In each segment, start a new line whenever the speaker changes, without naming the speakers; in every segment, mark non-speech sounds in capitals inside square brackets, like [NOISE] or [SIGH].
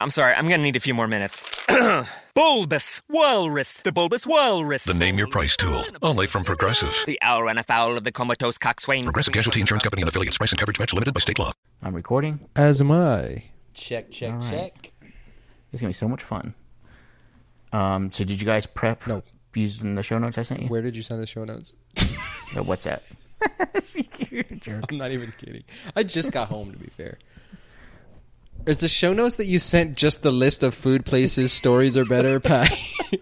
I'm sorry, I'm gonna need a few more minutes. [CLEARS THROAT] bulbous Walrus, the Bulbous Walrus.
The Name Your Price tool, only from Progressive.
The owl ran afoul of the comatose coxswain.
Progressive Casualty Insurance Company and affiliates. Price and coverage match limited by state law.
I'm recording.
As am I.
Check, check,
All right.
check.
It's gonna be so much fun. Um, so did you guys prep?
No.
Using the show notes I sent you.
Where did you send the show notes? [LAUGHS]
Uh, What's that? [LAUGHS] You're a jerk.
I'm not even kidding. I just got home, to be fair. Is the show notes that you sent just the list of food places [LAUGHS] stories are better, Pat?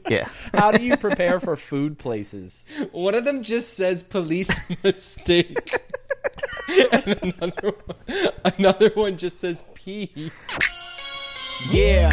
Yeah.
How do you prepare for food places?
one of them just says [LAUGHS] police mistake. and another one, another one just says pee.
Yeah.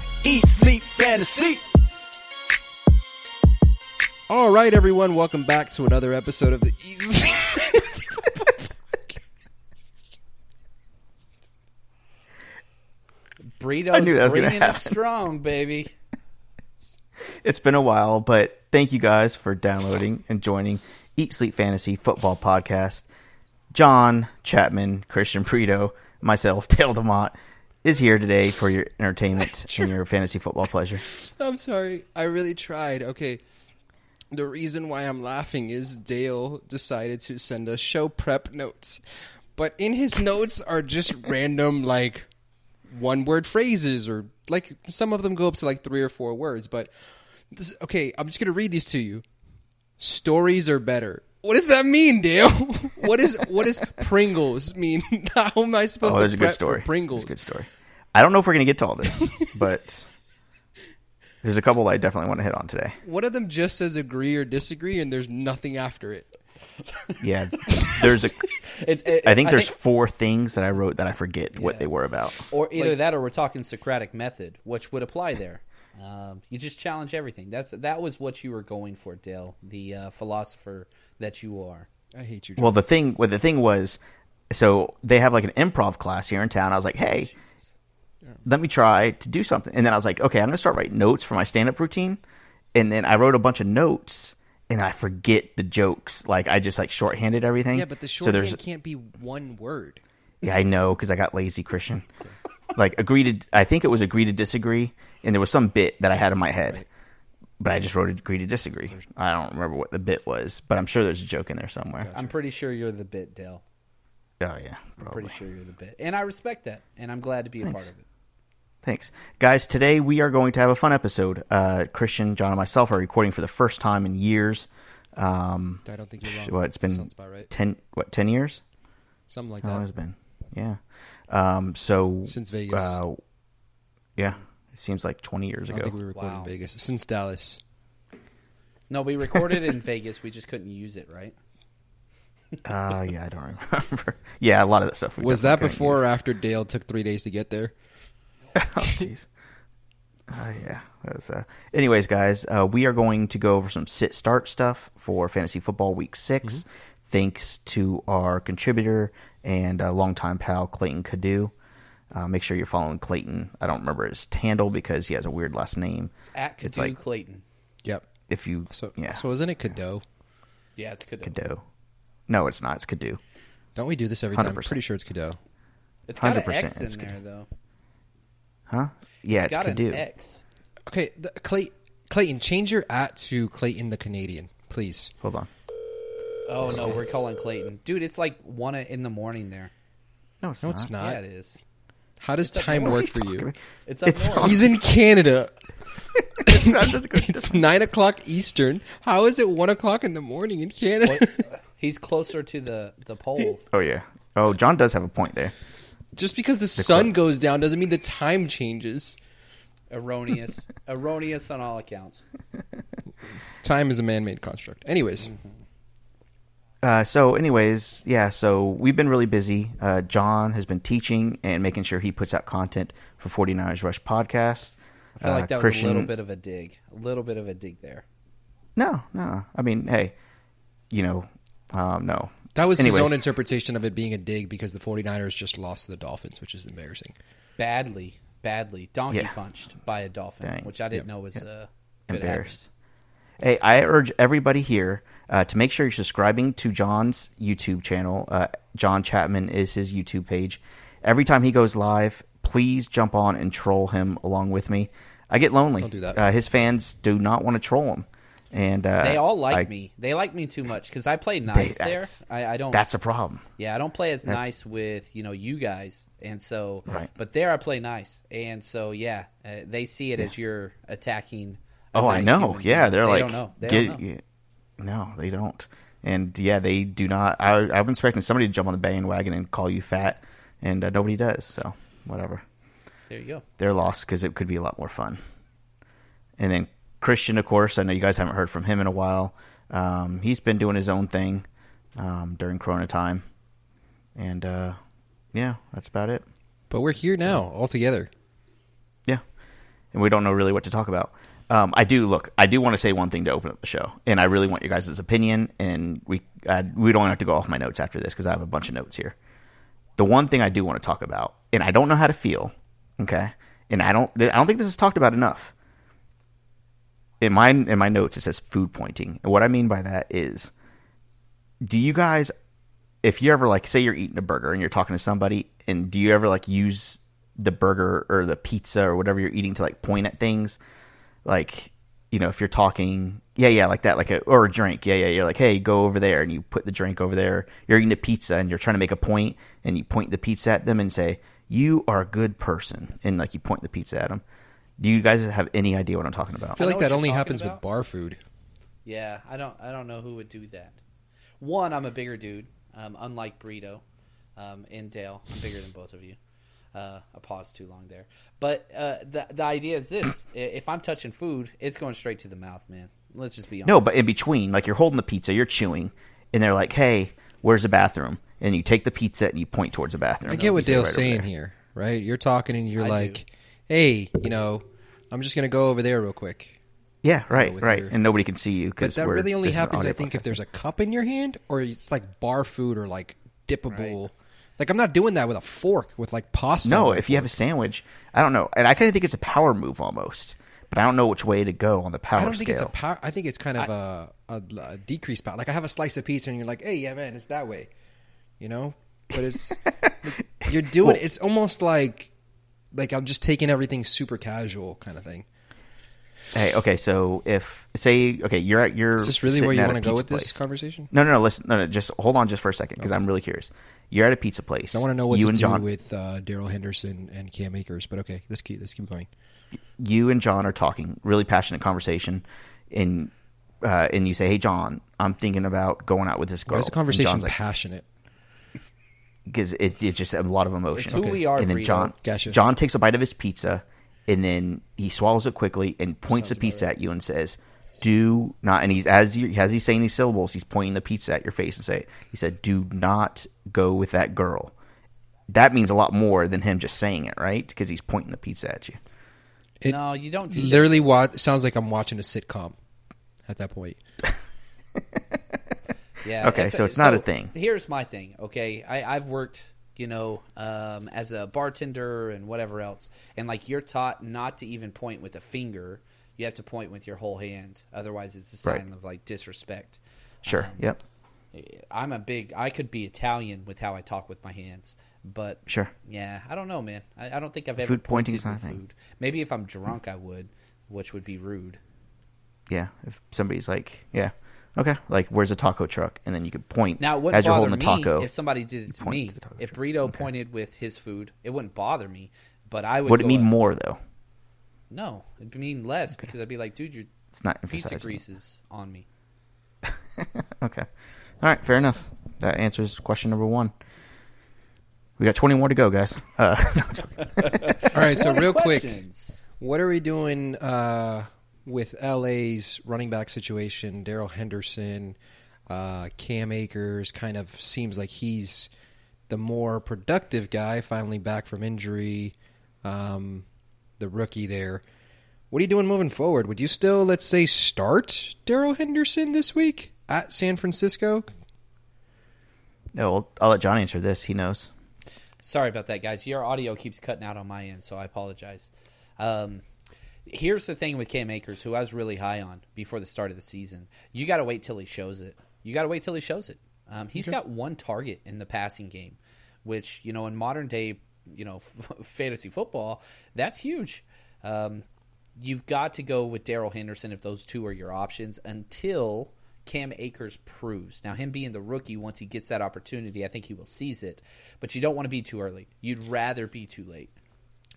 Eat, Sleep, Fantasy.
All right, everyone, welcome back to another episode of the Easy.
Burritos
I knew that was gonna
bringing it
happen.
strong, baby.
It's been a while, but thank you guys for downloading and joining Eat Sleep Fantasy Football Podcast. John Chapman, Christian Prito, myself, Dale DeMott, is here today for your [LAUGHS] entertainment and your fantasy football pleasure.
I'm sorry, I really tried. Okay, the reason why I'm laughing is Dale decided to send us show prep notes, but in his notes
[LAUGHS]
are just random like one word phrases or like some of them go up to like three or four words. But this, okay, I'm just gonna read these to you. stories are better. What does that mean, Dale? [LAUGHS] what is what does Pringles mean? [LAUGHS] How am I supposed
Oh,
to
there's a
prep
good
for
story.
Pringles?
There's a good story. I don't know if we're going to get to all this, [LAUGHS] but there's a couple I definitely want to hit on today.
One of them just says agree or disagree, and there's nothing after it.
Yeah, there's a.
It's it,
I think there's four things that I wrote that I forget what they were about.
or either
like-
that, or we're talking Socratic method, which would apply there. Um, you just challenge everything. That's that was what you were going for, Dale, the uh, philosopher that you are.
I hate you.
Well, the thing, well, the thing was, so they have like an improv class here in town. I was like, hey, let me try to do something, and then I was like, okay, I'm gonna start writing notes for my stand up routine, and then I wrote a bunch of notes, and I forget the jokes. Like I just like shorthanded everything.
yeah, but the
so
shorthand
there's
can't be one word.
yeah, I know because I got lazy, Christian. like agree to, I think it was agree to disagree, and there was some bit that I had in my head, but I just wrote agree to disagree. I don't remember what the bit was, but I'm sure there's a joke in there somewhere.
I'm pretty sure you're the bit, Dale.
Oh yeah,
Pretty
probably.
sure you're the bit, and I respect that, and I'm glad to be a part of it.
Thanks, guys. Today we are going to have a fun episode. Uh, Christian, John, and myself are recording for the first time in years. Um,
I don't think you're wrong.
well, it's been
Oh, sounds about right.
ten what ten years?
Something like
How long
that.
has it been? Yeah. Um, so
Since Vegas.
uh, yeah, it seems like twenty years
I
ago.
don't think we recorded
Wow.
in Vegas since Dallas.
No, we recorded in Vegas. We just couldn't use it, right?
Uh, yeah, I don't remember. [LAUGHS] yeah, a lot of that stuff. We
Was that
definitely
before
couldn't
or after Dale took three days to get there?
use. Oh, jeez. Oh, yeah. That was, uh... Anyways, guys, uh, we are going to go over some sit start stuff for fantasy football week 6
Mm-hmm.
Thanks to our contributor and uh, longtime pal Clayton Cadu. Uh, make sure you're following Clayton. I don't remember his handle because he has a weird last name. It's
At Kadu
like
Clayton.
Yep.
if you
So
yeah
so isn't it Cadeau?
Yeah, it's Kadu.
Cadu. No, it's not. It's Cadu.
Don't we do this every time? I'm
100%.
pretty sure it's Cadeau.
It's got an
100%
X in
it's
there, though.
Huh? Yeah,
It's
it's,
got an
Cadu.
X.
Okay, the, Clay, Clayton, change your at to Clayton the Canadian, please.
Hold on.
Oh no, we're calling Clayton, dude. It's like one in the morning there.
No, it's
No,
not.
it's not.
Yeah, it is.
How does time work for you?
It's up
It's
north.
He's in Canada.
[LAUGHS] That doesn't go-
[LAUGHS] It's nine o'clock Eastern. How is it one o'clock in the morning
[LAUGHS]
in Canada?
He's closer to the the pole.
Oh yeah. Oh, John does have a point there.
Just because the, sun goes down doesn't mean the time changes.
[LAUGHS]
Erroneous, erroneous on all accounts.
Time is a man-made construct. Anyways,
Uh, so, anyways, yeah. So we've been really busy. Uh, John has been teaching and making sure he puts out content for 49ers Rush podcast.
I feel like that
Uh,
was
Christian,
a little bit of a dig, a little bit of a dig there.
No, no. I mean, hey, you know, um, no.
that was
Anyways,
his own interpretation of it being a dig because the 49ers just lost to the Dolphins, which is embarrassing.
Badly, badly donkey
Yeah.
punched by a dolphin,
Dang.
which I didn't know was uh, could happen.
embarrassed. Hey, I urge everybody here uh, to make sure you're subscribing to John's YouTube channel. Uh, John Chapman is his YouTube page. Every time he goes live, please jump on and troll him along with me. I get lonely.
Don't do that.
Uh, his fans do not want to troll him, and uh,
They all like
I-
me. They like me too much because I play
they-
nice there.
that's-
I, I don't.
That's a problem.
Yeah, I don't play as nice with you know you guys, and so
Right.
But there, I play nice, and so yeah, uh, they see it as you're attacking. a
Oh, I
nice
know.
human
Yeah,
being.
they're
They
like,
don't know. They
get-
don't know.
yeah. no, they don't. And yeah, they do not. I, I'm expecting somebody to jump on the bandwagon and call you fat, and uh, nobody does. So whatever,
There you go.
they're lost because it could be a lot more fun. And then Christian, of course, I know you guys haven't heard from him in a while. Um, he's been doing his own thing um, during Corona time, and uh, yeah, that's about it.
But we're here now, all together.
Yeah. And we don't know really what to talk about. Um, I do look. I do want to say one thing to open up the show, and I really want your guys' opinion. And we I, we don't have to go off my notes after this because I have a bunch of notes here. The one thing I do want to talk about, and I don't know how to feel, okay, and I don't I don't think this is talked about enough. In my in my notes, it says food pointing, and what I mean by that is, do you guys if you ever like say you're eating a burger and you're talking to somebody and do you ever like use the burger or the pizza or whatever you're eating to like point at things like you know if you're talking yeah yeah like that like a or a drink yeah yeah you're like hey go over there and you put the drink over there you're eating a pizza and you're trying to make a point and you point the pizza at them and say you are a good person and like you point the pizza at them do you guys have any idea what i'm talking about
I feel
know
like
what
that
you're
only
talking
happens
about.
with bar food.
Yeah, I don't. I don't know who would do that. One, I'm a bigger dude. Um, unlike Burrito um, and Dale, I'm bigger than both of you. Uh, I paused too long there, but uh, the the idea is this: I- if I'm touching food, it's going straight to the mouth, man. Let's just be honest.
No, but in between, like you're holding the pizza, you're chewing, and they're like, "Hey, where's the bathroom?" And you take the pizza and you point towards the bathroom.
I get what
They'll
Dale's
just go right over
saying
there.
here, right? You're talking and you're
I do.
like, "Hey, you know, I'm just gonna go over there real quick."
Yeah, right,
with
right,
your-
and nobody can see you
But
because
that really only happens, I think, if there's a cup in your hand or it's like bar food or like dippable. Like I'm not doing that with a fork with like pasta.
no.
on my
If you have a
fork.
sandwich, I don't know, and I kind of think it's a power move almost, but I don't know which way to go on the power
I don't
scale.
think it's a power. I think it's kind of a a, a decreased power. Like I have a slice of pizza and you're like, "Hey, yeah, man, it's that way," you know. But it's
[LAUGHS]
you're doing. it's almost like like I'm just taking everything super casual kind of thing.
hey, okay, so if say, okay, you're at your
Is this really where you
want to
go with this conversation?
No, no, no. Listen, no, no. Just hold on, just for a second, because I'm really curious. You're at a pizza place.
I want to know what's
you
to
and
do
John.
with uh, Daryl Henderson and Cam Akers, but okay, let's keep let's keep going.
you and John are talking, really passionate conversation, and uh, and you say, "Hey, John, I'm thinking about going out with this girl."
Why is the
And
conversation
John's like,
passionate?
because it, it's just a lot of emotion.
It's who Okay. we are,
And then
Brito.
John,
Gotcha.
John takes a bite of his pizza, and then he swallows it quickly and points the pizza at you and says, "Do not." And he's as you as he's saying these syllables, he's pointing the pizza at your face and say, "He said, do not go with that girl." That means a lot more than him just saying it, right? Because he's pointing the pizza at you.
It
no, you don't do that.
literally watch, sounds like I'm watching a sitcom at that
[LAUGHS]
point.
Yeah.
Okay, so it's not a thing.
Here's my thing. Okay, I, I've worked, you know, um, as a bartender and whatever else, and like you're taught not to even point with a finger. You have to point with your whole hand, otherwise it's a sign
Right.
of like disrespect.
Sure.
Uh,
yep.
I'm a big. I could be Italian with how I talk with my hands, but
Sure.
Yeah, I don't know, man. I, I don't think I've ever
Food
pointed
pointing's not
with
a thing.
food. Maybe if I'm drunk, I would, which would be rude.
Yeah, if somebody's like, yeah, okay, like where's the taco truck, and then you could point
Now, it wouldn't
as you're
bother
holding the
me
taco.
if somebody did it to
point
me.
to the taco
if
truck.
Burrito pointed with his food, it wouldn't bother me. But I would.
Would it
go
mean
up-
more though?
No, it'd mean less because I'd be like, dude, your
It's not
pizza
emphasizing.
grease is on me.
Okay, all right, fair enough. That answers question number one. We got 20 more to go, guys. Uh, [LAUGHS]
All right, so
What are
real quick,
questions?
what are we doing uh, with LA's running back situation? Daryl Henderson, uh, Cam Akers kind of seems like he's the more productive guy, finally back from injury, um, the rookie there. What are you doing moving forward? Would you still, let's say, start Daryl Henderson this week at San Francisco?
no, I'll, I'll let John answer this. He knows.
Sorry about that, guys. Your audio keeps cutting out on my end, so I apologize. Um, here's the thing with Cam Akers, who I was really high on before the start of the season. You got to wait till he shows it. You got to wait till he shows it. Um, he's got one target in the passing game, which you know in modern day you know [LAUGHS] fantasy football that's huge. Um, you've got to go with Daryl Henderson if those two are your options until Cam Akers proves. Now, him being the rookie, once he gets that opportunity, I think he will seize it. But you don't want to be too early. You'd rather be too late.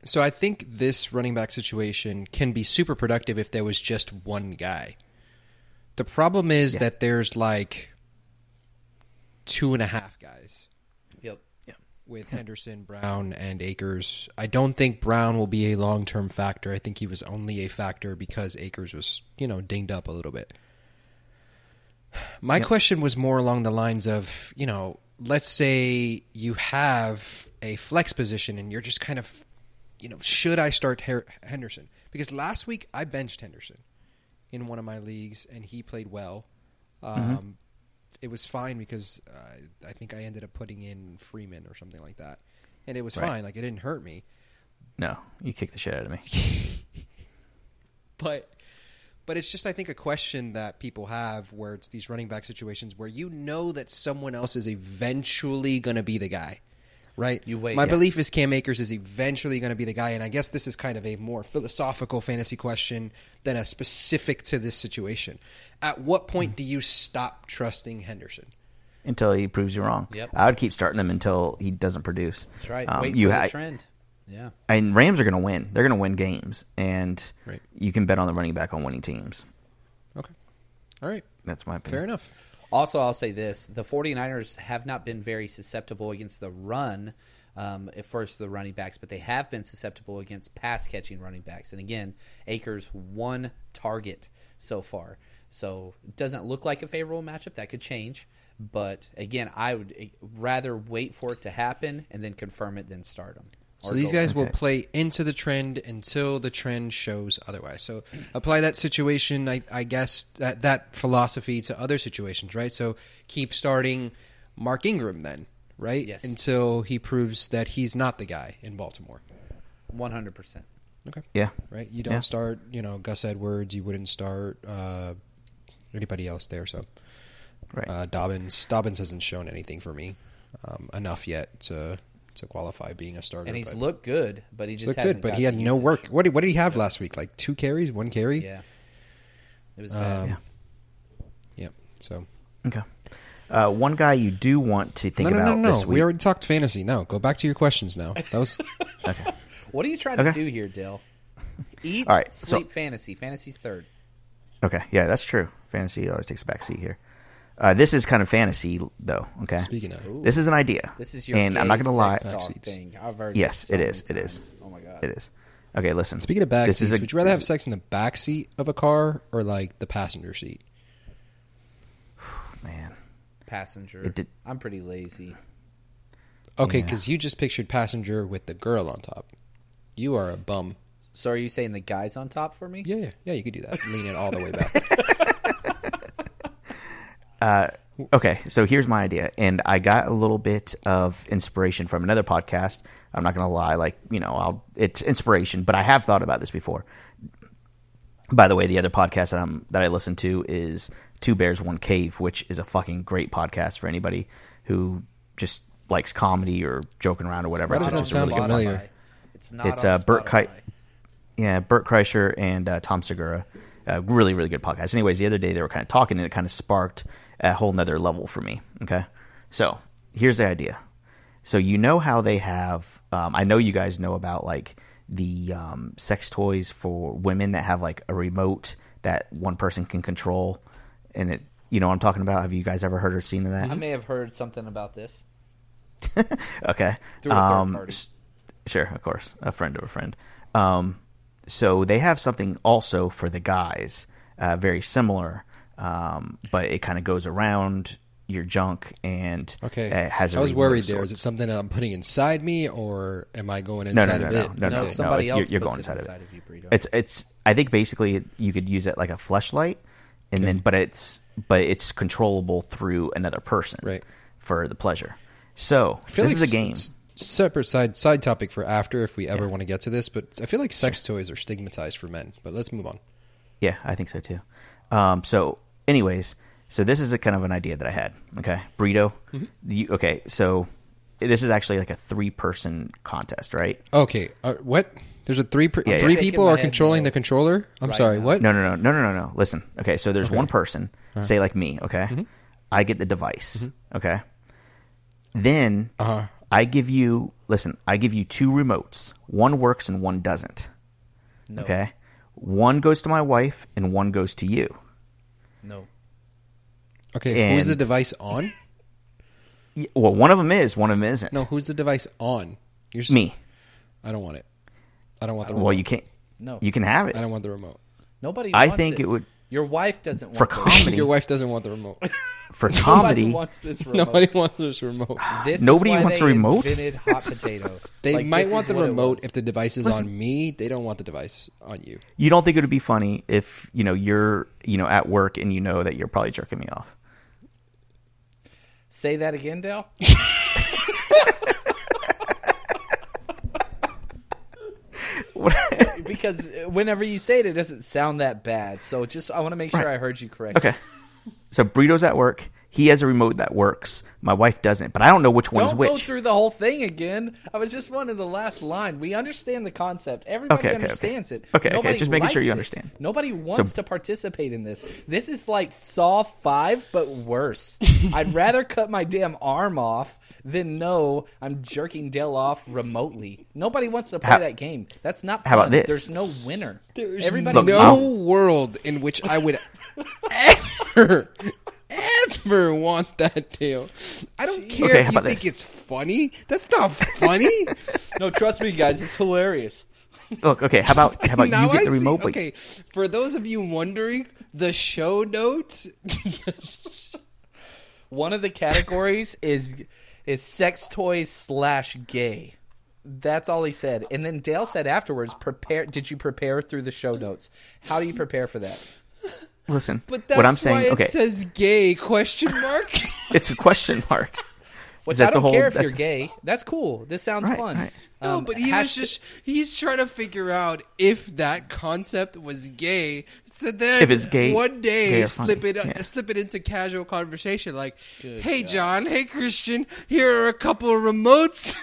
So I think this running back situation can be super productive if there was just one guy. The problem is that there's like two and a half guys
Yep.
with Henderson, Brown, and Akers. I don't think Brown will be a long term factor. I think he was only a factor because Akers was, you know, dinged up a little bit. My question was more along the lines of, you know, let's say you have a flex position and you're just kind of, you know, should I start Her- Henderson? Because last week I benched Henderson in one of my leagues and he played well. Um, It was fine because uh, I think I ended up putting in Freeman or something like that. And it was
Right.
fine. Like it didn't hurt me.
No, you kick the shit out of
[LAUGHS]
me.
but but it's just I think a question that people have where it's these running back situations where you know that someone else is eventually going to be the guy, right?
You wait,
My
yeah.
belief is Cam Akers is eventually going to be the guy, and I guess this is kind of a more philosophical fantasy question than a specific to this situation. At what point
Hmm.
do you stop trusting Henderson?
Until he proves you wrong.
Yep.
I would keep starting him until he doesn't produce.
That's right.
Um,
wait
you
for
ha-
the trend. Yeah.
and Rams are going to win. They're going to win games, and
Right.
you can bet on the running back on winning teams.
Okay, all right,
That's my opinion.
fair enough.
Also, I'll say this the 49ers have not been very susceptible against the run. Um, at first, the running backs, but they have been susceptible against pass catching running backs. And again, Akers one target so far, so it doesn't look like a favorable matchup. That could change, but again, I would eh, rather wait for it to happen and then confirm it than start them.
So these guys will play into the trend until the trend shows otherwise. So apply that situation, I, I guess, that, that philosophy to other situations, right? So keep starting Mark Ingram then, right?
Yes.
Until he proves that he's not the guy in Baltimore,
one hundred percent.
Okay.
Yeah.
right? You don't
Yeah.
start, you know, Gus Edwards. You wouldn't start uh, anybody else there. So
Right.
uh, Dobbins, Dobbins hasn't shown anything for me um, enough yet to to qualify being a starter.
And he's
but-
looked good, but he just
looked
hasn't
good, but
got
he had
the
no
usage.
work. What did, what did he have last week? Like two carries, one carry.
Yeah, it was bad.
Um,
Yeah.
yeah. So
Okay. Uh, one guy you do want to think
no, no,
about
no, no,
this
We
week.
already talked fantasy. No, go back to your questions now. That
[LAUGHS]
was
What are you trying to
Okay.
do
[LAUGHS]
here, Dill? Eat,
All right, so-
sleep, fantasy. Fantasy's third.
okay. Yeah, that's true. Fantasy always takes a backseat here. Uh, this is kind of fantasy, though. Okay.
Speaking of- Ooh.
this is an idea.
This is your
and I'm not going to lie.
Backseats.
thing. I've heard
Yes,
this
it
so
is. It
many
is.
times. Oh my god.
It is. Okay, listen.
speaking of back
This is
seats.
a-
would you rather
this
have
is-
sex in the back seat of a car or like the passenger seat?
Man,
Passenger.
It did-
I'm pretty lazy.
Okay,
Yeah.
because you just pictured passenger with the girl on top. You are a bum.
So are you saying the guy's on top for me?
Yeah, yeah, yeah. You could do that. Lean it all the way
[LAUGHS]
back.
Okay, so here's my idea, and I got a little bit of inspiration from another podcast. I'm not gonna lie, like you know, I'll it's inspiration, but I have thought about this before. By the way, the other podcast that I'm that I listen to is Two Bears One Cave, which is a fucking great podcast for anybody who just likes comedy or joking around or whatever.
Why does
It's
that
just a
sound
really good
familiar?
Spotify. It's not.
it's
on
uh, Bert Kite.
Spotify.
Yeah, Bert Kreischer and uh, Tom Segura. Uh, really, really good podcast. Anyways, the other day they were kind of talking, and it kind of sparked a whole nother level for me. Okay, so here's the idea. So you know how they have? Um, I know you guys know about like the um, sex toys for women that have like a remote that one person can control,
Mm-hmm.
and it. You know what I'm talking about? Have you guys ever heard or seen of that?
I may have heard something about this.
okay.
Through a third
Um,
party.
s- Sure, of course, a friend of a friend. Um, so they have something also for the guys, uh, very similar, um, but it kind of goes around your junk and
Okay.
uh, has.
I
I
was worried there. Is it something that I'm putting inside me, or am I going
no, no,
inside
no,
of
no,
it?
no,
No,
no, no.
somebody
you're-
else
you're,
puts
going
it
inside,
inside
of
of you, Brito.
it. It's it's. I think basically you could use it like a flashlight, and then but it's but it's controllable through another person,
Right.
For the pleasure. So
I
this
feel
is
like
a game.
s- s- separate side side topic for after if we ever want to get to this, but I feel like sex toys are stigmatized for men. But let's move on.
Yeah, I think so too. Um, so, anyways, so this is a kind of an idea that I had. Okay, burrito. You, okay, so this is actually like a three-person contest, right?
Okay, uh, what? There's a three per-
Yeah, yeah.
three
Shaking
people
my
are
head
controlling
no.
the controller. I'm
Right
sorry,
now.
what?
No, no, no, no, no, no, no. Listen. Okay, so there's one person, say like me. Okay, I get the device. Okay, then
Uh-huh.
I give you. Listen, I give you two remotes. One works and one doesn't.
No.
Okay, one goes to my wife and one goes to you.
No.
Okay, who's the
And-
device on?
Y- Well, one of them is, one of them isn't.
No, who's the device on? You're s-
me.
I don't want it. I don't want the remote.
Well, you can't.
No.
You can have
I
it
don't want
[LAUGHS]
the remote.
Nobody.
I
wants
think it would-
Your wife doesn't want
for
this.
comedy.
Your wife doesn't want the
[LAUGHS]
remote. [LAUGHS]
for
Nobody
comedy.
wants this remote.
Nobody wants this
[SIGHS]
remote.
This
Nobody
is why
wants
they
a remote? [LAUGHS]
Invented hot potato.
They
Like,
might
this
want
is
the
what it
remote
was.
if the device is
Listen.
on me. They don't want the device on you.
You don't think it would be funny if you know you're you know at work and you know that you're probably jerking me off. [LAUGHS]
Say that again, Dale. because whenever you say it, it doesn't sound that bad. So just, I want to make sure
Right.
I heard you correctly.
Okay, so Burrito's at work. He has a remote that works. My wife doesn't, but I don't know which one is
Don't
which.
go through the whole thing again. I was just wanting the last line. We understand the concept. Everybody
Okay, okay, okay.
understands it.
Okay, okay,
Nobody
just making sure
likes
you
it.
understand.
Nobody wants to participate in this. This is like Saw Five, but
[LAUGHS]
worse. I'd rather cut my damn arm off than know I'm jerking Dale off remotely. Nobody wants to play
How-
that game. That's not. Fun.
how about this?
There's no winner.
There's
Everybody
Look, um,
no
I'll-
world in which
[LAUGHS]
I would ever, ever want that deal. I don't care
Okay,
if
how
you
about
think
this?
it's funny. That's not funny.
no. Trust me, guys. It's hilarious.
Look, okay, how about
[LAUGHS]
how about
now
you get
I
the remote? [LAUGHS]
see.
but-
Okay, for those of you wondering, the show notes.
One of the categories is is sex toys slash gay. That's all he said. And then Dale said afterwards, prepare did you prepare through the show notes? How do you prepare for that?
Listen,
But that's
what I'm saying.
why it
Okay,
says gay question mark.
it's a question mark.
Which
That's
I don't
a whole-
care if you're
that's-
gay. That's cool. This sounds
Right,
fun.
right.
No,
Um,
but he was
hashtag-
just—he's trying to figure out if that concept was gay. So then,
If it's gay-
one day
gay or
slip
funny,
it
yeah.
slip it into casual conversation, like, "Hey, John. Hey, Christian. Here are a couple of
[LAUGHS]
remotes."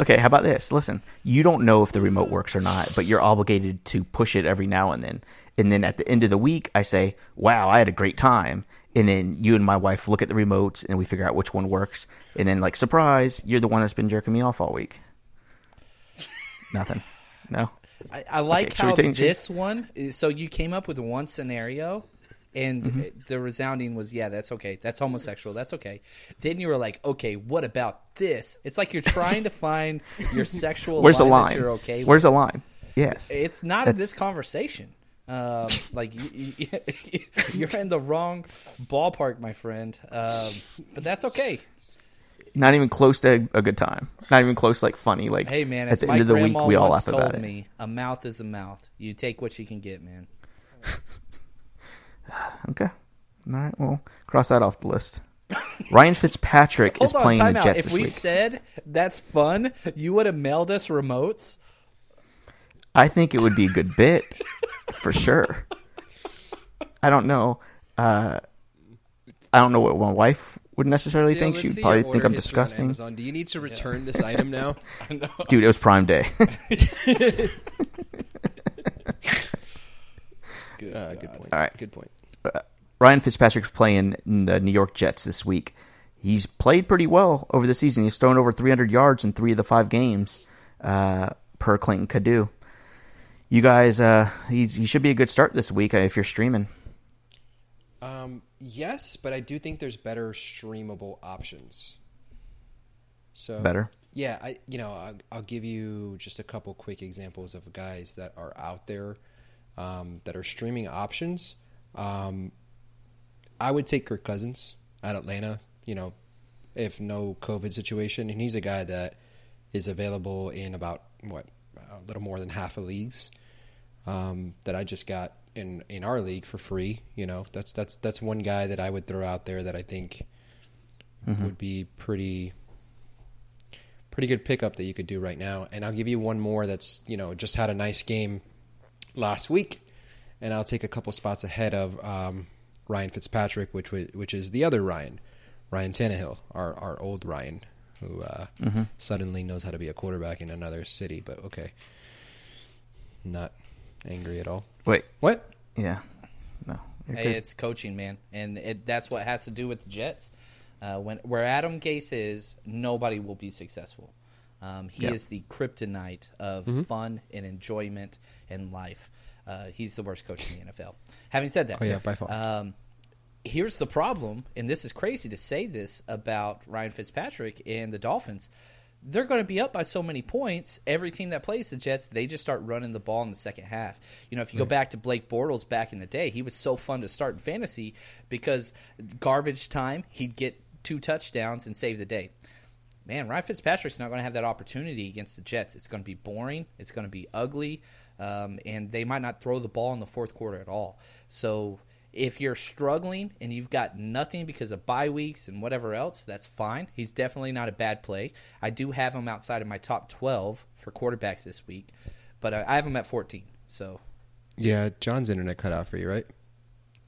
Okay, how about this? Listen, you don't know if the remote works or not, but you're obligated to push it every now and then. And then at the end of the week, I say, "Wow, I had a great time." And then you and my wife look at the remotes and we figure out which one works. And then, like, surprise, you're the one that's been jerking me off all week. Nothing. No.
I, I like
Okay, should we
how
take any
this one is, so you came up with one scenario and
Mm-hmm.
the resounding was yeah that's okay that's homosexual that's okay then you were like okay what about this it's like you're trying to find your sexual
[LAUGHS] Where's the
line that
line?
you're okay
Where's
with.
the line? Yes.
it's not in this
That's-
conversation.
[LAUGHS]
Um, like you, you, [LAUGHS] you're in the wrong ballpark, my friend. Um, but that's okay.
Not even close to a good time. Not even close, to, like funny. Like
Hey, man,
at
as
the
my
end of the week,
grandma
we all
once
laugh
told
about it.
me, a mouth is a mouth. You take what you can get, man.
Okay. All right. Well, cross that off the list. [LAUGHS] Ryan Fitzpatrick is
Hold on,
playing
time
the
out.
Jets
If
this
we
week.
said that's fun, you would have mailed us remotes.
I think it would be a good bit
[LAUGHS]
for sure. I don't know. Uh, I don't know what my wife would necessarily think. She would probably think I'm disgusting.
Do you need to return this item now?
Dude, it was Prime
[LAUGHS]
Day.
[LAUGHS] Uh, Good, good point.
All right.
Good point.
Ryan Fitzpatrick's playing in the New York Jets this week. He's played pretty well over the season. He's thrown over 300 yards in three of the five games uh, per Clinton Cadu. You guys, uh, he's, he should be a good start this week uh, if you're streaming.
Um, yes, but I do think there's better streamable options. So
Better?
Yeah, I you know I'll, I'll give you just a couple quick examples of guys that are out there um, that are streaming options. Um, I would take Kirk Cousins at Atlanta. You know, if no COVID situation, and he's a guy that is available in about what a little more than half of leagues um, that I just got in in our league for free. You know, that's that's that's one guy that I would throw out there that I think would be pretty pretty good pickup that you could do right now. And I'll give you one more that's you know just had a nice game last week, and I'll take a couple spots ahead of um, Ryan Fitzpatrick, which was, which is the other Ryan, Ryan Tannehill, our our old Ryan. Who uh, suddenly knows how to be a quarterback in another city? But okay, not angry at all.
Wait.
What?
Yeah. No. You're
Hey,
good.
it's coaching, man, and it, that's what has to do with the Jets. Uh, when where Adam Gase is, nobody will be successful. Um, he
Yeah.
is the kryptonite of
Mm-hmm.
fun and enjoyment and life. Uh, he's the worst coach in the NFL. Having said that,
Oh, yeah, by far.
Uh,
Um, here's the problem, and this is crazy to say this about Ryan Fitzpatrick and the Dolphins. They're going to be up by so many points. Every team that plays the Jets, they just start running the ball in the second half. You know, if you go back to Blake Bortles back in the day, he was so fun to start in fantasy because garbage time, he'd get two touchdowns and save the day. Man, Ryan Fitzpatrick's not going to have that opportunity against the Jets. It's going to be boring. It's going to be ugly, um, and they might not throw the ball in the fourth quarter at all. So if you're struggling and you've got nothing because of bye weeks and whatever else, that's fine. He's definitely not a bad play. I do have him outside of my top 12 for quarterbacks this week, but I I have him at 14. So
Yeah, John's internet cut out for you, right?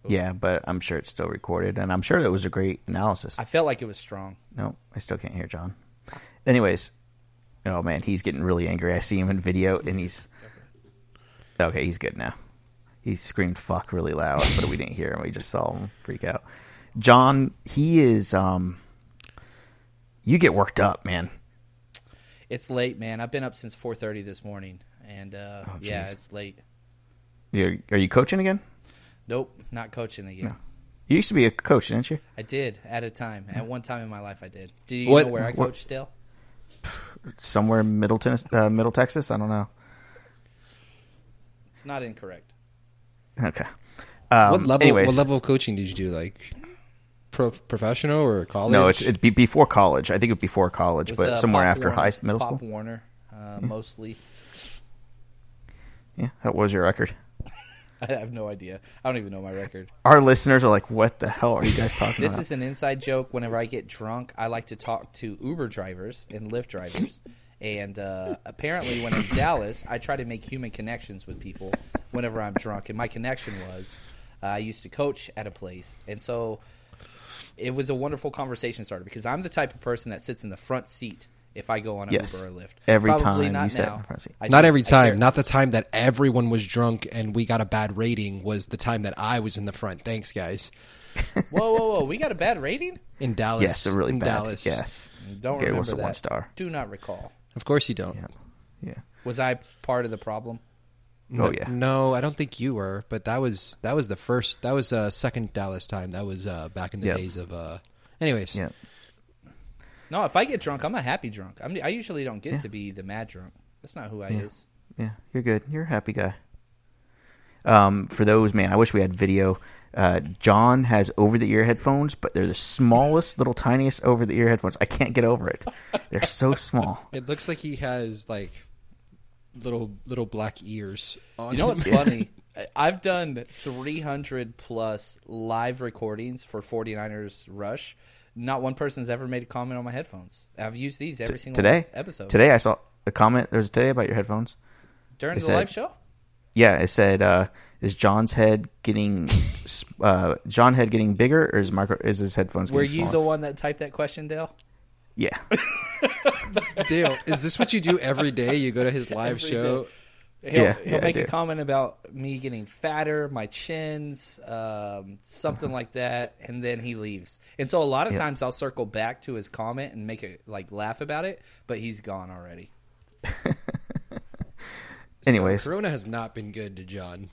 yeah, but I'm sure it's still recorded, and I'm sure that was a great analysis.
I felt like it was strong.
No, I still can't hear John. Anyways, oh man, he's getting really angry. I see him in video, and he's okay. He's good now. He screamed "fuck" really loud, but we didn't hear him. We just saw him freak out. John, he is. um You get worked up, man.
It's late, man. I've been up since 4:30 this morning, and uh, yeah,
jeez.
it's late.
You're, are you coaching again?
Nope, not coaching again.
You used to be a coach, didn't you?
I did at a time. At one time in my life, I did. Do you
What-
know where I
Hmm. what-
coached Dale?
Somewhere in Middle Tennessee, uh, Middle Texas. I don't know.
It's not incorrect.
Okay. Um,
what level?
Anyways,
What level of coaching did you do? Like pro- professional or college?
no, it's it'd be before college. I think it was before college,
It was,
but
uh,
somewhere
Pop
after
Warner-
high middle
Pop
school. Hmm.
Warner, uh, mostly. [LAUGHS]
Yeah, that was your record.
I have no idea. I don't even know my record.
our listeners are like, "What the hell are you guys talking
This
about?"
is an inside joke. Whenever I get drunk, I like to talk to Uber drivers and Lyft drivers. And uh, apparently, when in Dallas, I try to make human connections with people whenever I'm drunk. And my connection was uh, I used to coach at a place. And so it was a wonderful conversation starter because I'm the type of person that sits in the front seat if I go on an
Yes.
Uber or Lyft.
Every
Probably
time
not
you sat in
now.
the front seat. e-
I
not
do-
every
I care.
time. Not the time that everyone was drunk and we got a bad rating was the time that I was in the front. Thanks, guys.
Whoa, whoa, whoa! We got a bad rating.
In Dallas.
yes, a really
in
bad.
Dallas.
Yes,
Don't
Okay,
remember
what's a
that.
one star?
Do not recall.
Of course you don't.
Yeah, Oh, yeah.
Was I part of the problem?
No,
Oh, yeah.
No, I don't think you were. But that was that was the first. That was uh, second Dallas time. That was uh, back in the
Yep.
days of. Uh, anyways.
yeah.
No, if I get drunk, I'm a happy drunk. I'm, I usually don't get to be the mad drunk. That's not who I is.
yeah, you're good. You're a happy guy. Um, for those, man, I wish we had video. Uh, John has over the ear headphones, but they're the smallest, little tiniest over the ear headphones. I can't get over it. They're so
[LAUGHS]
small.
It looks like he has like little little black ears.
Oh,
On
You know what's funny? I- I've done 300 plus live recordings for 49ers Rush. Not one person's ever made a comment on my headphones. I've used these every single
Today,
episode.
Today, I saw a comment. There was today about your headphones.
during
they
the
said-
live show.
Yeah, it said, uh, "Is John's head getting uh, John head getting bigger, or is micro is his headphones?"
Were
getting
you
smaller?
the one that typed that question, Dale?
[LAUGHS]
Yeah.
[LAUGHS] Dale, is this what you do every day? You go to his live
Every
show.
day. He'll,
Yeah,
he'll
yeah, I
make a
do.
comment about me getting fatter, my chins, um, something like that, and then he leaves. And so a lot of
Yeah.
times I'll circle back to his comment and make it like laugh about it, but he's gone already.
Anyways,
[LAUGHS] Corona has not been good to John.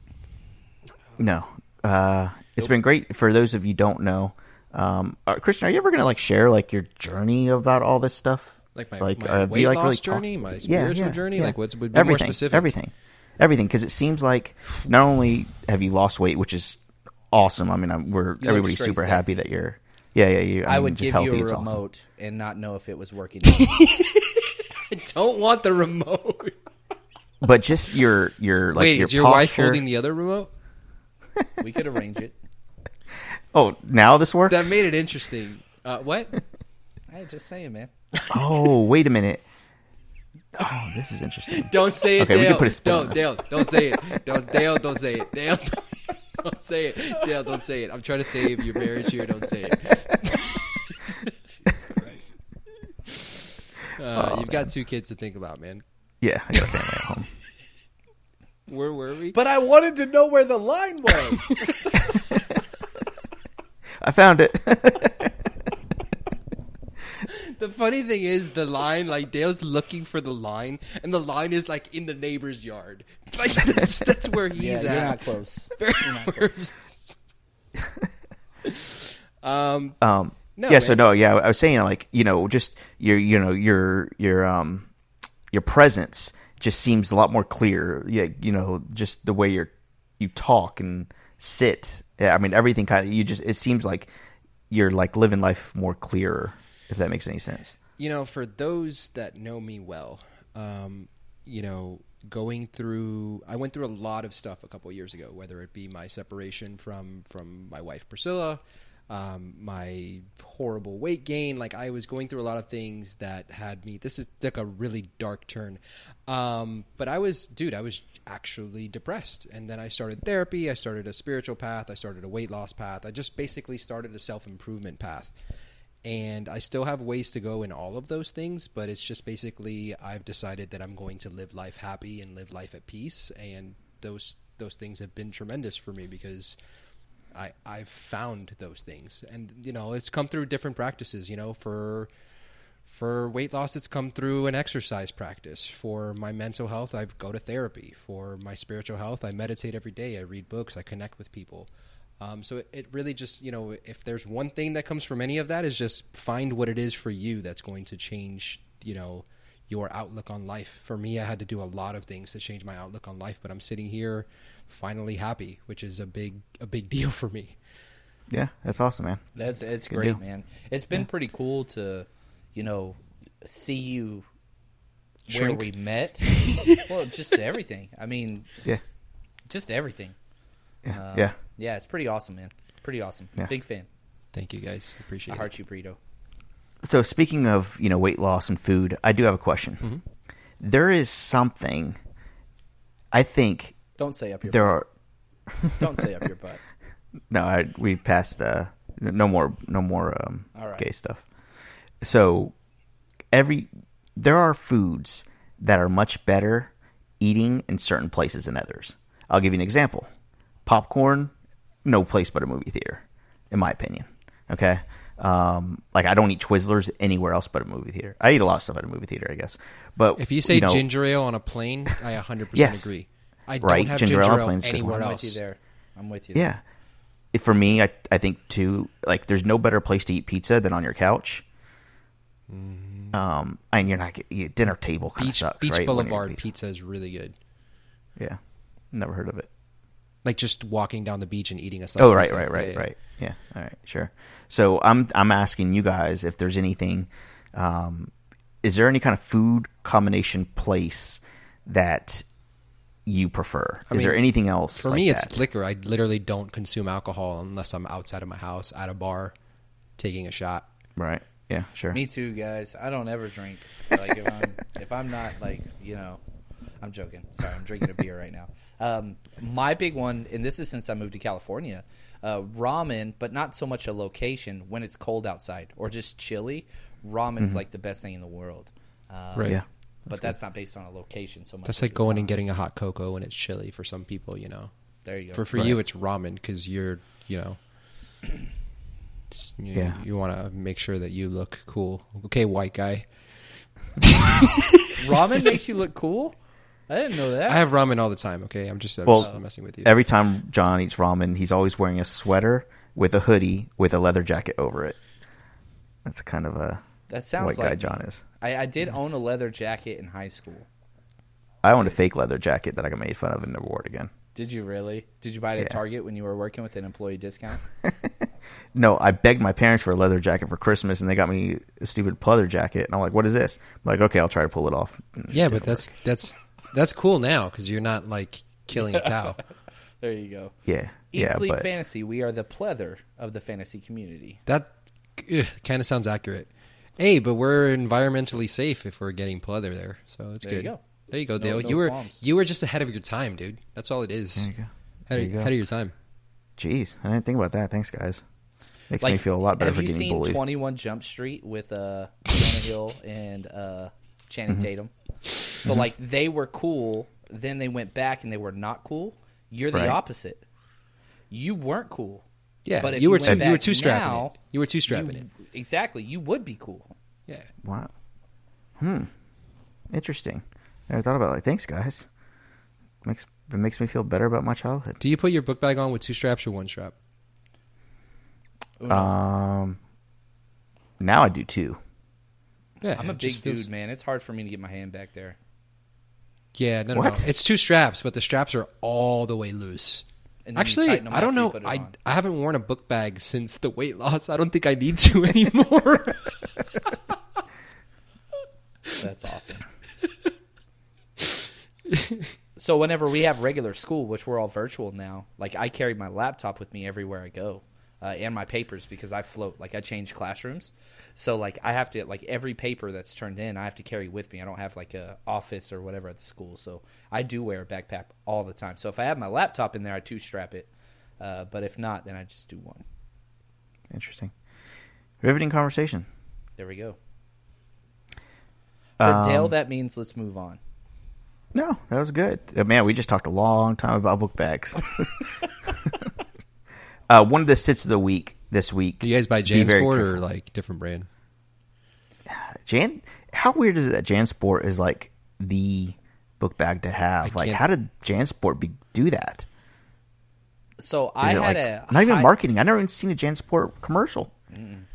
No, Uh, it's been great for those of you don't know. Um, uh, Christian, are you ever gonna like share like your journey about all this stuff?
Like my- my
uh, be,
weight loss
talk-
journey, my spiritual journey? Like, what's- would be more
everything,
specific.
Everything, everything, because it seems like not only have you lost weight, which is awesome. I mean, I'm, we're
look
everybody's
straight
super
sexy.
happy that you're. Yeah, yeah, you.
I
mean,
would
just
give
healthy,
you a
it's awesome.
remote and not know if it was working. I don't want the remote.
But just your your like
Wait,
your
is your wife
posture.
holding the other remote?
We could arrange it. [LAUGHS]
oh, now this works.
That made it interesting. Uh, what?
I just saying, man.
Oh, wait a minute. Oh, this is interesting.
Don't say it,
Okay, we
Dale.
can put a spin on this.
don't, Dale, don't say it. Don't, Dale, don't say it. Dale, [LAUGHS] don't, don't say it. Dale, don't say it. I'm trying to save your marriage here. Don't say it. Uh,
Oh,
you've got two kids to think about, man.
Yeah, I got a family at
[LAUGHS]
home.
Where were we?
But I wanted to know where the line [LAUGHS] was.
I found
[LAUGHS]
it.
the funny thing is, the line, like, Dale's looking for the line, and the line is, like, in the neighbor's yard. Like, that's,
[LAUGHS]
that's where he's
yeah, you're not
at.
close.
[LAUGHS] um,
Um,
No,
yeah. So
man.
no. Yeah, I was saying like you know just your you know your your um your presence just seems a lot more clear. Yeah, you know just the way you're you talk and sit. Yeah, I mean everything kind of you just it seems like you're like living life more clearer if that makes any sense.
you know, for those that know me well, um, you know, going through, I went through a lot of stuff a couple of years ago, whether it be my separation from from my wife Priscilla, um, my horrible weight gain. Like I was going through a lot of things that had me. This is like a really dark turn, um, but I was, dude, I was actually depressed, and then I started therapy. I started a spiritual path. I started a weight loss path. I just basically started a self improvement path and I still have ways to go in all of those things, but it's just basically I've decided that I'm going to live life happy and live life at peace, and those those things have been tremendous for me because I I've found those things, and you know it's come through different practices. You know for for weight loss, it's come through an exercise practice. For my mental health, I go to therapy. For my spiritual health, I meditate every day. I read books. I connect with people. Um, so it, it really just, you know, if there's one thing that comes from any of that, is just find what it is for you that's going to change, you know, your outlook on life. For me, I had to do a lot of things to change my outlook on life, but I'm sitting here finally happy, which is a big, a big [LAUGHS] deal for me.
Yeah, that's awesome, man.
That's it's
Good
great,
deal.
man. It's been pretty cool to, you know, see you
Shrink.
where we met.
[LAUGHS]
well, just everything. I mean,
Yeah,
just everything.
yeah,
Uh,
yeah.
yeah. It's pretty awesome, man. Pretty awesome.
Yeah.
Big fan.
Thank you guys. Appreciate
I
it.
heart you, burrito.
So speaking of you know weight loss and food, I do have a question.
Mm-hmm.
There is something I think
Don't say up your.
there are.
butt. Don't say up
[LAUGHS]
your butt.
No, I, we passed. Uh, no more. No more um,
All right.
gay stuff. So every there are foods that are much better eating in certain places than others. I'll give you an example. Popcorn, no place but a movie theater, in my opinion. Okay. Um, like I don't eat Twizzlers anywhere else but a movie theater. I eat a lot of stuff at a movie theater, I guess. But
If you say
know-
ginger ale on a plane, I 100%
Yes.
agree. I
Right,
don't have
ginger
ginger,
ale on a
ale
plane's a good
anywhere
one.
I'm
else.
with you there. I'm with you.
Yeah. If- For me, I, I think too, like there's no better place to eat pizza than on your couch. Um, and you're not get- you, dinner table kind of
Mm-hmm. Beach,
sucks,
Beach
right? when you're
Boulevard
eating
pizza. is really good.
Yeah, never heard of it.
Like just walking down the beach and eating a slice.
Oh,
of
right,
pizza.
right, right,
Yeah, yeah.
right. Yeah, all right, sure. So I'm I'm asking you guys if there's anything, um, is there any kind of food combination place that you prefer? is there
mean,
anything else
For
like
me,
that?
it's liquor. I literally don't consume alcohol unless I'm outside of my house at a bar, taking a shot.
right? Yeah, sure.
Me too, guys. I don't ever drink. Like if I'm if I'm not like you know, I'm joking. Sorry, I'm drinking a beer right now. Um, my big one, and this is since I moved to California, uh, ramen, but not so much a location when it's cold outside or just chilly. Ramen's
Mm-hmm.
like the best thing in the world. Um,
Right.
Yeah,
but that's not based on a location so much.
That's
as
like
the
going and
time.
getting a hot cocoa when it's chilly for some people, you know.
There you go.
For for you, it's ramen because you're, you know, it's- you,
Yeah.
you want to make sure that you look cool. Okay, white guy.
ramen makes you look cool. I didn't know that.
I have ramen all the time. Okay, I'm just, I'm
Well,
just messing with you.
Every time John eats ramen, he's always wearing a sweater with a hoodie with a leather jacket over it. That's kind of a
that sounds
white
like
guy
me.
John is.
I, I did own a leather jacket in high school.
I owned a fake leather jacket that I got made fun of and never wore it again.
Did you really? Did you buy it at
Yeah.
Target when you were working with an employee discount?
[LAUGHS] No, I begged my parents for a leather jacket for Christmas, and they got me a stupid pleather jacket. And I'm like, "What is this?" I'm like, "Okay, I'll try to pull it off." Mm, And it
yeah,
didn't
but that's
work.
that's that's cool now because you're not like killing a cow.
there you go.
yeah,
Eat
yeah.
Sleep
But
Fantasy. We are the pleather of the fantasy community.
that kind of sounds accurate. Hey, but we're environmentally safe if we're getting pleather there, so it's
There you
good.
go.
There you go,
No-
Dale.
no
you were
qualms.
you were just ahead of your time, dude. That's all it is. There you go. Ahead, of,
you go.
ahead of your time.
jeez, I didn't think about that. Thanks, guys. Makes me feel a lot better
have
for
you
getting
seen
bullied.
Twenty One Jump Street
[LAUGHS]
with uh, Jonah Hill and uh, Channing
Mm-hmm.
Tatum? So like they were cool, then they went back and they were not cool. You're the
Right.
opposite. You weren't cool.
Yeah,
but if
you were
went
too- you were
back
too strapping it.
now,
You were too strapping
you- Exactly, you would be cool.
Yeah.
Wow. Hmm. Interesting. Never thought about it. like thanks guys. Makes it makes me feel better about my childhood.
Do you put your book bag on with two straps or one strap?
Um now I do too.
Yeah,
I'm a
it
big
just
dude,
feels-
man. It's hard for me to get my hand back there.
Yeah, no, no,
What?
no. It's two straps, but the straps are all the way loose.
And then you
Actually,
tighten 'em
I
after
don't
you
know.
put it
I,
on.
I haven't worn a book bag since the weight loss. I don't think I need to [LAUGHS] anymore.
That's awesome.
[LAUGHS]
so whenever we have regular school, which we're all virtual now, like I carry my laptop with me everywhere I go, uh, and my papers because I float. Like I change classrooms, so like I have to like every paper that's turned in, I have to carry with me. I don't have like a office or whatever at the school, so I do wear a backpack all the time. So if I have my laptop in there, I two strap it. Uh, but if not, then I just do one.
Interesting. Riveting conversation.
There we go. For Dale,
Um,
that means let's move on.
No, that was good. Uh, man, we just talked a long time about book bags. [LAUGHS] uh, one of the sits of the week this week.
Do you guys buy
Be very
JanSport
careful.
or like different brand?
Jan, how weird is it that JanSport is like the book bag to have? Like,
can't-
how did JanSport be, do that?
So
Is
I
it,
had
like,
a
not even
high-
marketing. I've never even seen a JanSport commercial.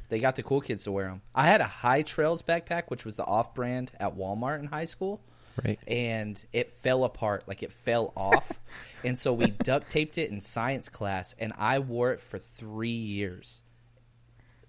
They got the cool kids to wear them. I had a High Trails backpack, which was the off brand at Walmart in high school.
Right.
And it fell apart. Like
[LAUGHS]
it fell off. and so we duct taped it in science class, and I wore it for three years.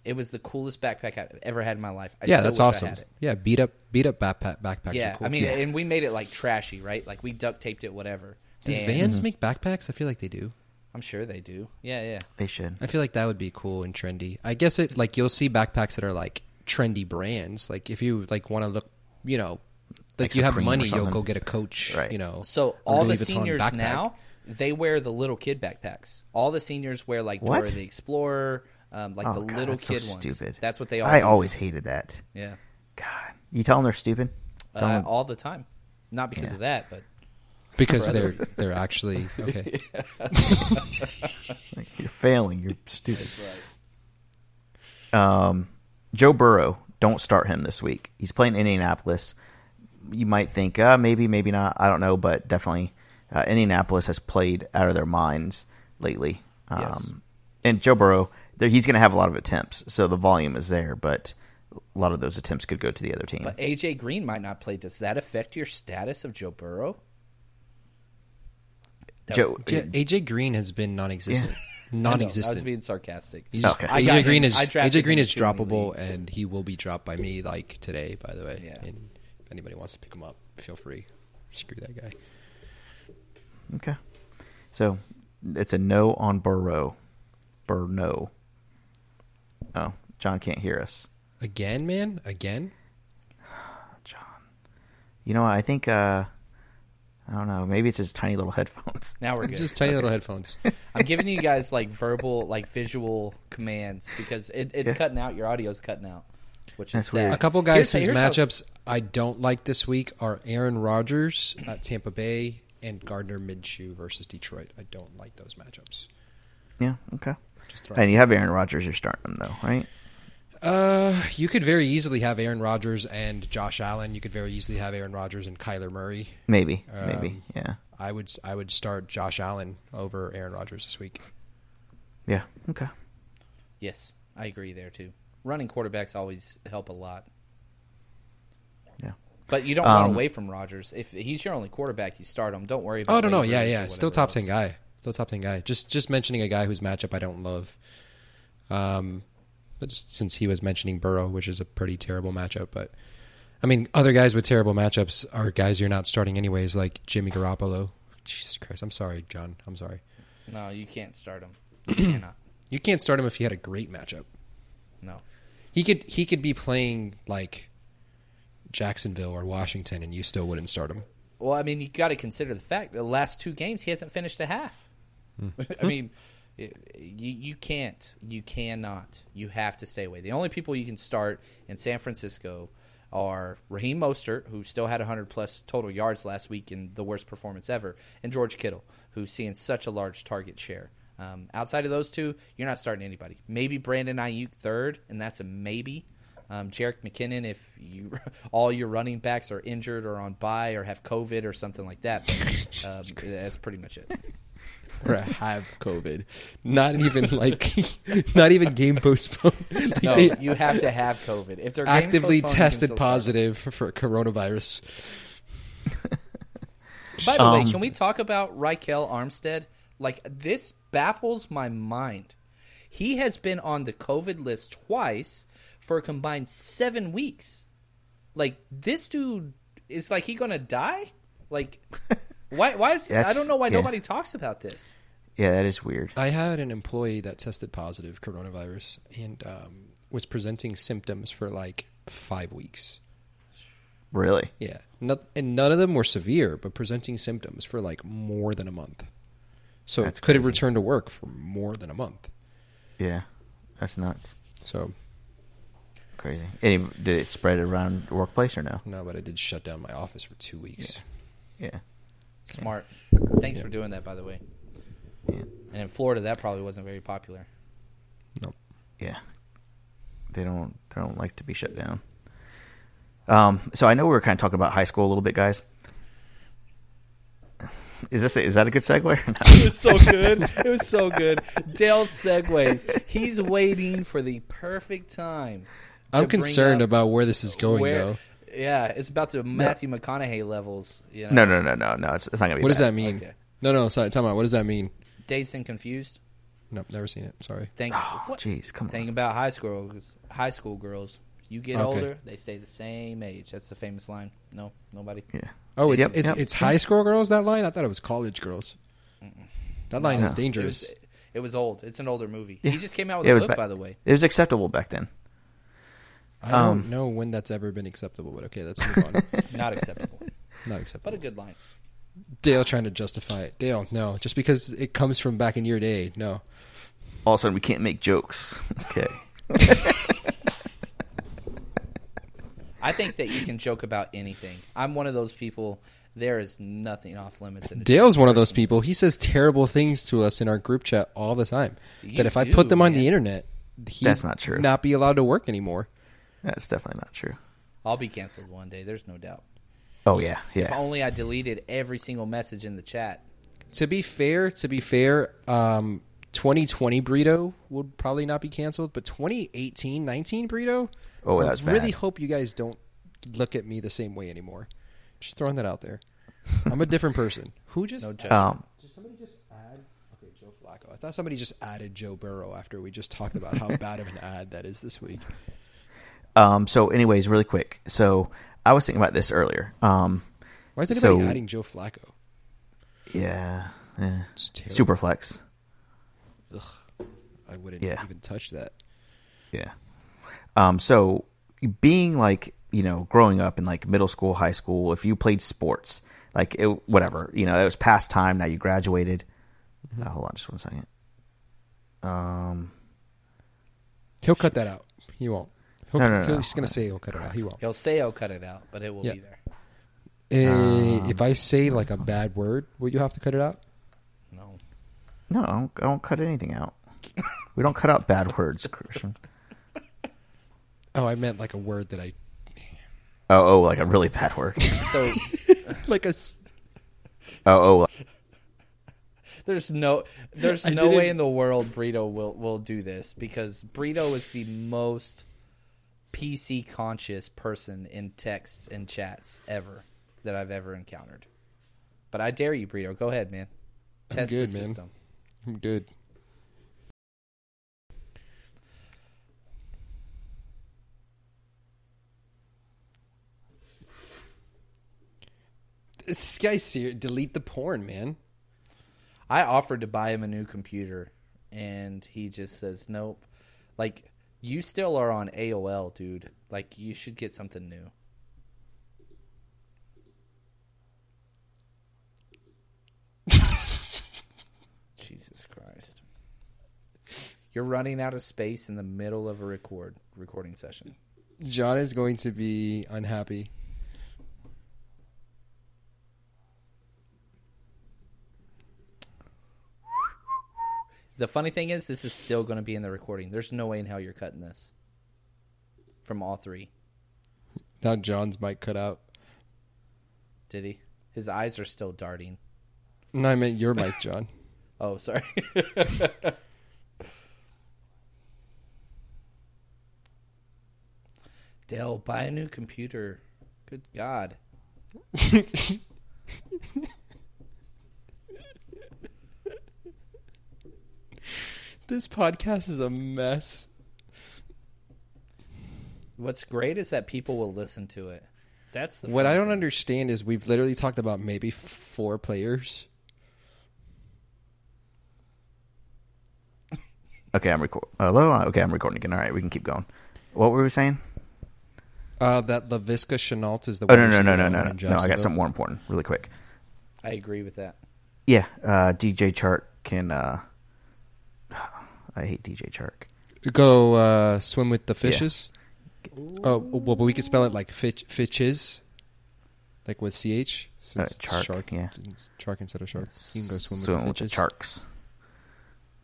It was the coolest backpack I've ever had in my life. I
yeah,
still
that's
wish I
awesome.
had it.
Yeah, beat up beat up backpack backpacks.
Yeah,
are cool.
I mean,
Yeah.
and we made it like trashy, right? Like we duct taped it, whatever.
does
And-
Vans make backpacks? I feel like they do.
I'm sure they do. Yeah, yeah.
They should.
I feel like that would be cool and trendy. I guess it like you'll see backpacks that are like trendy brands. Like if you like want to look, you know, like
Like
you have
Supreme or
money, you'll
something.
go get a Coach.
Right.
You know,
So
or
all the
Louis Vuitton
seniors
backpack.
now they wear the little kid backpacks. All the seniors wear like
What?
Dora the Explorer, um, like
Oh,
the
God,
little
that's
kid
so
ones.
stupid.
That's what they all.
I
do.
always hated that.
yeah,
God, you tell them they're stupid. Tell
uh,
'em-
all the time. Not because of that, but
because they're they're actually
[LAUGHS]
okay.
like, [LAUGHS] you're failing. You're stupid. Um, Joe Burrow. Don't start him this week. He's playing Indianapolis. You might think, uh, maybe, maybe not. I don't know, but definitely, uh, Indianapolis has played out of their minds lately. Um,
Yes.
And Joe Burrow, there, he's going to have a lot of attempts, so the volume is there, but a lot of those attempts could go to the other team.
but AJ Green might not play. Does that affect your status of Joe Burrow? That
Joe,
was-
Yeah, AJ Green has has been non-existent.
I know, I
Non-existent.
was being sarcastic.
He's just-
Okay.
I got
AJ Green
him.
is
I drafted
AJ Green
him
is
in too many
droppable,
leagues.
and he will be dropped by me like today. By the way,
Yeah.
and if anybody wants to pick him up, feel free. Screw that guy.
Okay. So it's a no on Burrow. Burno. Oh, John can't hear us.
Again, man, again.
You know, what, I think uh I don't know, maybe it's his tiny little [LAUGHS] headphones.
[LAUGHS] Now we're good.
Just tiny little
[LAUGHS]
headphones.
I'm giving you guys like verbal, like visual commands because it, it's cutting out. Your audio's cutting out, which is
That's
sad.
weird.
A couple guys
Here's-
whose
here's how-
matchups I don't like this week are Aaron Rodgers at Tampa Bay and Gardner Minshew versus Detroit. I don't like those matchups.
Yeah, okay.
Just throw
And you have Aaron Rodgers, you're starting him though, right?
Uh, you could very easily have Aaron Rodgers and Josh Allen. You could very easily have Aaron Rodgers and Kyler Murray.
Maybe,
Um,
maybe, yeah,
I would I would start Josh Allen over Aaron Rodgers this week.
yeah, okay.
Yes, I agree there too. Running quarterbacks always help a lot.
Yeah.
But you don't run away from Rodgers. If he's your only quarterback, you start him. Don't worry about.
Oh no no
waivers
yeah
or
yeah still
whatever
top
else.
ten guy still top ten guy. Just just mentioning a guy whose matchup I don't love. Um, but s- since he was mentioning Burrow, which is a pretty terrible matchup, but I mean other guys with terrible matchups are guys you're not starting anyways, like Jimmy Garoppolo. Jesus Christ, I'm sorry, John. I'm sorry.
No, you can't start him. You cannot.
You can't start him if he had a great matchup.
No.
He could he could be playing like Jacksonville or Washington, and you still wouldn't start him.
Well, I mean, you got to consider the fact the last two games he hasn't finished a half. I mean, y- you you can't, you cannot, you have to stay away. The only people you can start in San Francisco are Raheem Mostert, who still had 100 plus total yards last week in the worst performance ever, and George Kittle, who's seeing such a large target share. Um, outside of those two, you're not starting anybody. Maybe Brandon Ayuk third, and that's a maybe. Um, Jarek McKinnon, if you [LAUGHS] all your running backs are injured or on bye or have COVID or something like that, then, um, that's pretty much it.
or have [LAUGHS] COVID. Not even like, [LAUGHS] not even game postponed. Like, [LAUGHS]
No,
they
you have to have COVID. If they're games
actively
postponed, you can
tested
still start.
positive for coronavirus.
By the way, can we talk about Raquel Armstead? Like this baffles my mind. He has been on the COVID list twice for a combined seven weeks. Like this dude is like he gonna die? Like why? Why is I
That's-
don't know why
yeah.
nobody talks about this.
Yeah, that is weird.
I had an employee that tested positive coronavirus and um, was presenting symptoms for like five weeks.
Really?
Yeah, not, and none of them were severe, but presenting symptoms for like more than a month. So
That's
couldn't
crazy.
return to work for more than a month.
Yeah, that's nuts.
So
Crazy. Any, did it spread around the workplace or no?
no, but I did shut down my office for two weeks.
Yeah.
Smart. Thanks for doing that, by the way.
Yeah.
And in Florida, that probably wasn't very popular.
Yeah. They don't they don't like to be shut down. Um, so I know we were kind of talking about high school a little bit, guys. Is this a, is that a good segue? or not?
[LAUGHS] It was so good. It was so good. Dale segues. He's waiting for the perfect time. to
I'm
bring
concerned
up
about where this is going,
where-
though.
Yeah, it's about to Matthew McConaughey levels. You know,
no, no, no, no, no. It's, it's not gonna be.
What does
bad.
that mean?
Okay.
No, no, sorry. Tell me, what does that mean?
dazed and confused.
Nope, never seen it. Sorry.
Think, what?
Oh, Jeez, Ah, come
Think
on.
about high school girls. High school girls. You get
Okay.
older, they stay the same age. That's the famous line. No, nobody.
Yeah.
Oh, it's
Yep,
it's
yep.
it's high school girls that line. I thought it was college girls. That line is
No.
It
dangerous.
was, it was old. It's an older movie. He just came out with
It
a
was
book,
back-
by the way.
It was acceptable back then.
I don't know when that's ever been acceptable, but okay, let's move on.
Not acceptable,
Not
but a
acceptable.
good line.
Dale trying to justify it. Dale, no, just because it comes from back in your day, no.
All of a sudden, we can't make jokes. [LAUGHS] Okay.
I think that you can joke about anything. I'm one of those people. There is nothing off limits. In a joke.
Dale's one of those people. He says terrible things to us in our group chat all the time.
You
that if I
do,
put them on the
man.
internet, he'd
That's not true.
Not be allowed to work anymore.
That's definitely not true.
I'll be canceled one day. There's no doubt.
Oh yeah,
If
yeah.
only I deleted every single message in the chat.
To be fair, to be fair, um, 2020 burrito would probably not be canceled, but 2018, 19 burrito.
Oh, that was
I really
bad.
hope you guys don't look at me the same way anymore. Just throwing that out there. I'm a
[LAUGHS]
different person. Who just?
No judgment.
Um,
Did somebody just add? Okay, Joe Flacco. I thought somebody just added Joe Burrow after we just talked
[LAUGHS]
about how bad of an ad that is this week.
um. So, anyways, really quick. So, I was thinking about this earlier. Um.
Why is anybody
So-
adding Joe Flacco?
Yeah. yeah.
It's terrible.
Superflex.
I wouldn't
Yeah.
even touch that.
Yeah. Um, so being like, you know, growing up in like middle school, high school, if you played sports, like it, whatever, you know, it was past time. Now you graduated.
Mm-hmm.
Uh, hold on just one second. Um,
He'll cut that out. He won't. He'll,
No, no, no,
he'll-
no.
He's gonna say he'll cut it out. He won't.
He'll say I'll cut it out, but it will
Yeah.
be there.
Uh, if I say like a bad word, will you have to cut it out?
No.
no, I don't, I don't cut anything out. we don't cut out bad words, Christian.
Oh, I meant like a word that I
Oh, oh, like a really bad word. [LAUGHS]
So
like a. s-
Oh, oh,
there's no there's
I
no way
didn't-
in the world Burrito will will do this because Burrito is the most PC conscious person in texts and chats ever that I've ever encountered. But I dare you, Burrito. Go ahead, man. Test
good,
the
man.
system.
I'm good. This guy ser- delete the porn, man.
I offered to buy him a new computer, and he just says nope. Like you still are on AOL, dude. Like you should get something new. Jesus Christ! You're running out of space in the middle of a record recording session.
John is going to be unhappy.
The funny thing is, this is still going to be in the recording. There's no way in hell you're cutting this from all three.
Now John's mic cut out.
Did he? His eyes are still darting.
No, I meant your mic, John.
Oh, sorry. [LAUGHS] Dell, buy a new computer. Good God.
[LAUGHS] This podcast is a mess.
What's great is that people will listen to it. That's the
What
fun
I don't
thing.
understand is we've literally talked about maybe four players.
oh. Okay, I'm recording. Hello? Okay, I'm recording again. All right, we can keep going. What were we saying?
Uh, that LaVisca Chenault is the
Oh,
one
no,
who's
no, no, no,
in
no, no. No, I got
Jacksonville.
something more important, really quick.
I agree with that.
Yeah, uh, DJ Chark can. Uh, [SIGHS] I hate DJ Chark.
Go uh, swim with the fishes. Oh, well, but we could spell it like fitch, fitches, like with ch. Since it's
Uh, shark,
shark,
yeah.
shark instead of shark. You can go swim,
Swim
with the
the
fishes.
Charks.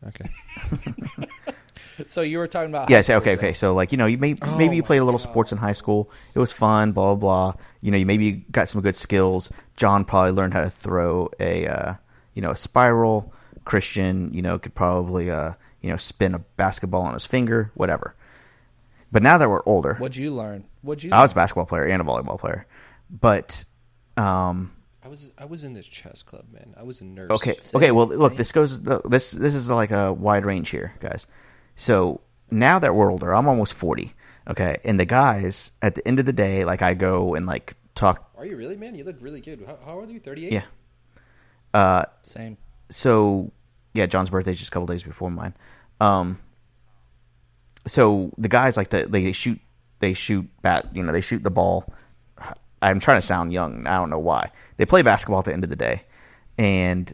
Okay.
So you were talking about
Yeah,
high
I say,
school,
okay,
Dell.
okay. So, like, you know, you may,
Oh
maybe you played a little sports in high school. It was fun, blah, blah, blah. You know, you maybe got some good skills. John probably learned how to throw a, uh, you know, a spiral. Christian, you know, could probably, uh, you know, spin a basketball on his finger, whatever. But now that we're older,
What'd you learn? What'd you
I was a basketball player and a volleyball player. But, um,
I was I was in the chess club, man. I was a nurse.
Okay. okay. Well, look. This goes. This this is like a wide range here, guys. So now that we're older, I'm almost forty. Okay, and the guys at the end of the day, like I go and like talk.
Are you really, man? You look really good. How, how old are you? Thirty eight.
Yeah.
Same.
So yeah, John's birthday's just a couple days before mine. Um. So the guys like the, they shoot they shoot bat you know they shoot the ball. I'm trying to sound young. I don't know why they play basketball at the end of the day, and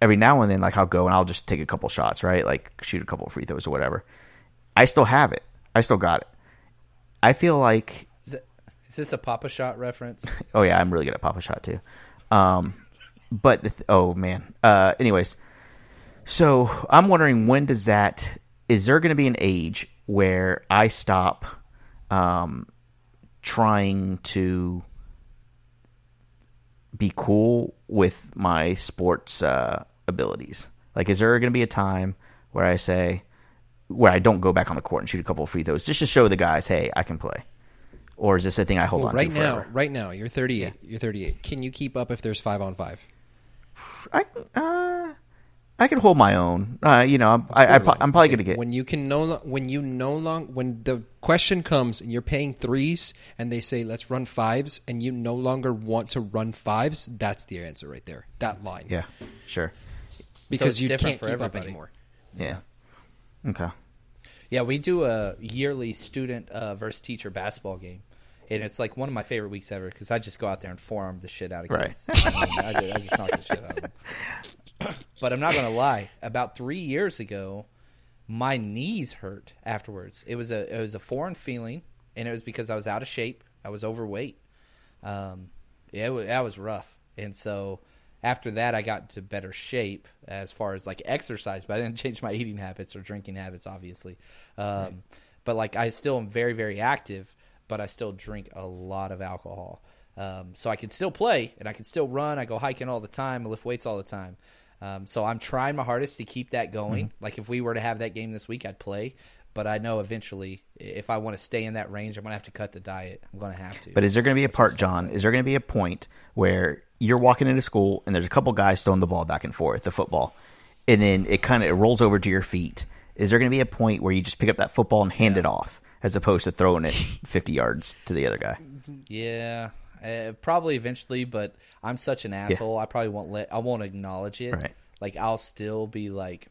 every now and then like I'll go and I'll just take a couple shots right like shoot a couple of free throws or whatever. I still have it. I still got it. I feel like
Is, it, is this a Papa Shot reference?
Oh yeah, I'm really good at Papa Shot too. Um, but the th- oh man. Uh, anyways, so I'm wondering when does that? Is there going to be an age where I stop um, trying to be cool with my sports uh, abilities? Like, is there going to be a time where I say? Where I don't go back on the court and shoot a couple of free throws just to show the guys, hey, I can play, or is this a thing I hold
Well,
on
right
to
now,
forever?
right now, you're thirty eight. You're thirty eight. Can you keep up if there's five on five?
I uh, I can hold my own. Uh, you know, I'm, I, I, pro- I'm probably gonna get.
when you can no lo- when you no long when the question comes and you're paying threes and they say let's run fives and you no longer want to run fives. That's the answer right there. That line.
yeah, sure.
[LAUGHS] Because
it's
you can't
different
keep
for
up
everybody.
anymore.
Yeah. Okay.
Yeah, we do a yearly student uh, versus teacher basketball game, and it's like one of my favorite weeks ever because I just go out there and forearm the shit out of
Right.
kids. I, mean, I, ju- I just knock the shit out of them. [COUGHS] But I'm not gonna lie. About three years ago, my knees hurt afterwards. It was a it was a foreign feeling, and it was because I was out of shape. I was overweight. Um, yeah, it wa- that was rough. And so after that, I got into better shape [LAUGHS] as far as like exercise, but I didn't change my eating habits or drinking habits, obviously. Um, But like I still am very very active, but I still drink a lot of alcohol. Um, so I can still play and I can still run. I go hiking all the time. I lift weights all the time. Um, so I'm trying my hardest to keep that going. Like if we were to have that game this week, I'd play. But I know eventually, i- if I want to stay in that range, I'm gonna have to cut the diet. I'm gonna have to.
But is there going to be a part, John? Is there going to be a point where you're walking into school and there's a couple guys throwing the ball back and forth, the football, and then it kind of it rolls over to your feet? Is there going to be a point where you just pick up that football and hand it off as opposed to throwing [LAUGHS] it 50 yards to the other guy?
Yeah, uh, probably eventually, but I'm such an asshole. I probably won't let. I won't acknowledge it.
Right.
Like I'll still be like,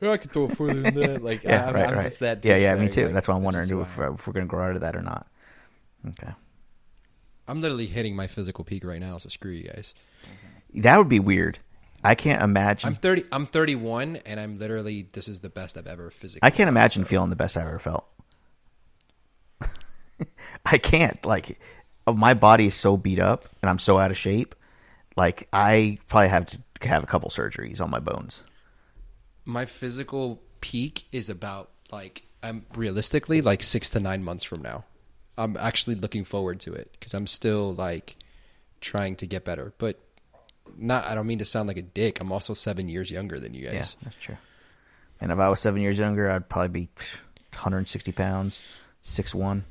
"Yeah, I could throw it further
[LAUGHS]
than that. Like
Yeah,
I, am
right,
I'm
right.
just that.
yeah, yeah, me
douchebag,
too.
like,
That's why I'm
this is
wondering
who I
if,
am.
if we're going to grow out of that or not. Okay.
I'm literally hitting my physical peak right now, so screw you guys.
That would be weird. I can't imagine.
I'm 30. I'm 31, and I'm literally this is the best I've ever physically.
I can't imagine feeling the best I ever felt. [LAUGHS] I can't. Like, oh, my body is so beat up and I'm so out of shape. Like, I probably have to have a couple surgeries on my bones.
My physical peak is about like I'm realistically like six to nine months from now. I'm actually looking forward to it because I'm still like trying to get better, but not. I don't mean to sound like a dick. I'm also seven years younger than you
Yeah,
guys.
that's true. And if I was seven years younger, I'd probably be 160 pounds, six one.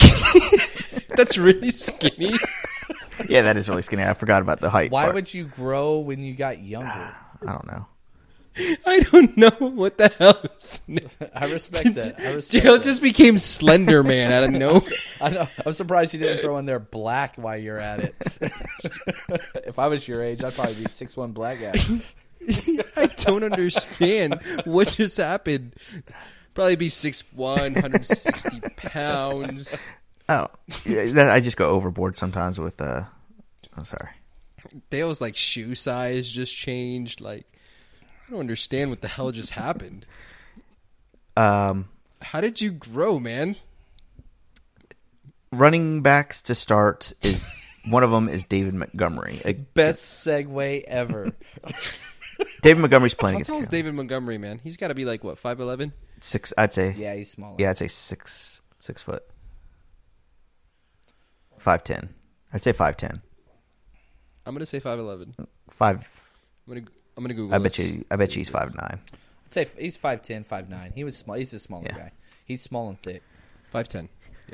[LAUGHS] That's really skinny.
Yeah, that is really skinny. I forgot about the height.
Why
part.
would you grow when you got
[SIGHS]
younger?
I don't know.
I don't know what the hell. is-
[LAUGHS]
[LAUGHS]
[LAUGHS]
I respect that. I respect.
Dale
that.
just became Slender Man out of nowhere.
[LAUGHS] I know. I'm surprised you didn't throw in there black while you're at it. [LAUGHS] if I was your age, I'd probably be six one black
[LAUGHS]
guy.
[LAUGHS] I don't understand what just happened. Probably be 6'1, 160 pounds.
Oh, yeah, that- I just go overboard sometimes with. uh I'm sorry.
Dale's like shoe size just changed. Like, I don't understand what the hell just happened.
Um,
How did you grow, man?
running backs to start is one of them is David Montgomery. Uh,
Best segue ever.
David Montgomery's playing
How
against
tall is
Carolina.
David Montgomery, man? He's got to be like, what, 5'11?
six. I'd say yeah.
Yeah, he's smaller.
I'd say six six foot. Five ten. I'd say five ten.
I'm going to say 5'11. I'm
Five.
going to I'm gonna Google
I bet
this.
you. I bet you he's five nine.
I'd say f- he's 5'10", 5'9". He was small. He's a smaller
Yeah.
guy. He's small and thick.
5'10.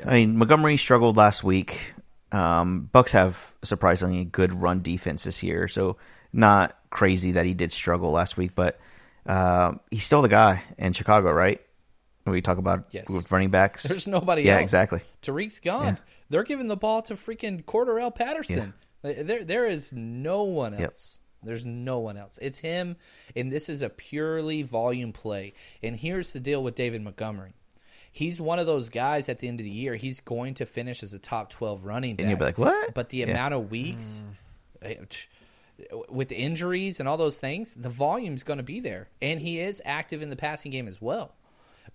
I mean, Montgomery struggled last week. Um, Bucks have surprisingly good run defense this year, so not crazy that he did struggle last week. But uh, he's still the guy in Chicago, right? When we talk about
Yes.
with running backs,
There's nobody
Yeah,
else.
exactly.
Tariq's gone. They're giving the ball to freaking Corderell Patterson. Like, There, there is no one
Yep.
else. There's no one else. It's him, and this is a purely volume play. And here's the deal with David Montgomery. He's one of those guys at the end of the year. He's going to finish as a top twelve running back.
And you'll be like, "What?"
But the
Yeah.
amount of weeks, eh, tch, with injuries and all those things, the volume's going to be there. And he is active in the passing game as well.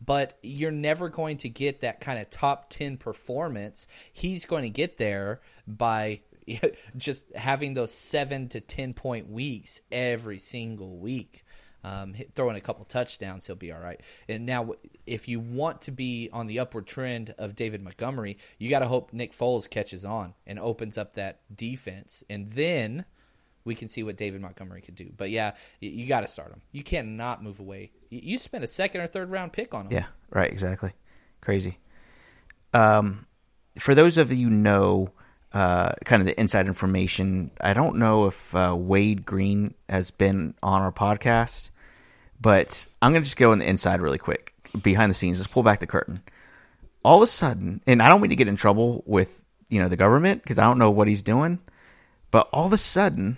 But you're never going to get that kind of top 10 performance. He's going to get there by [LAUGHS] just having those seven to 10 point weeks every single week. Um, hit- throwing a couple touchdowns, he'll be all right. And now, if you want to be on the upward trend of David Montgomery, you got to hope Nick Foles catches on and opens up that defense. And then we can see what David Montgomery could do. But yeah, you, you got to start him. You cannot move away. You, you spent a second or third round pick on him.
Yeah, right, exactly. Crazy. Um, for those of you who know uh, kind of the inside information, I don't know if uh, Wade Green has been on our podcast, but I'm going to just go on the inside really quick, behind the scenes. Let's pull back the curtain. All of a sudden, and I don't mean to get in trouble with you know the government because I don't know what he's doing, but all of a sudden,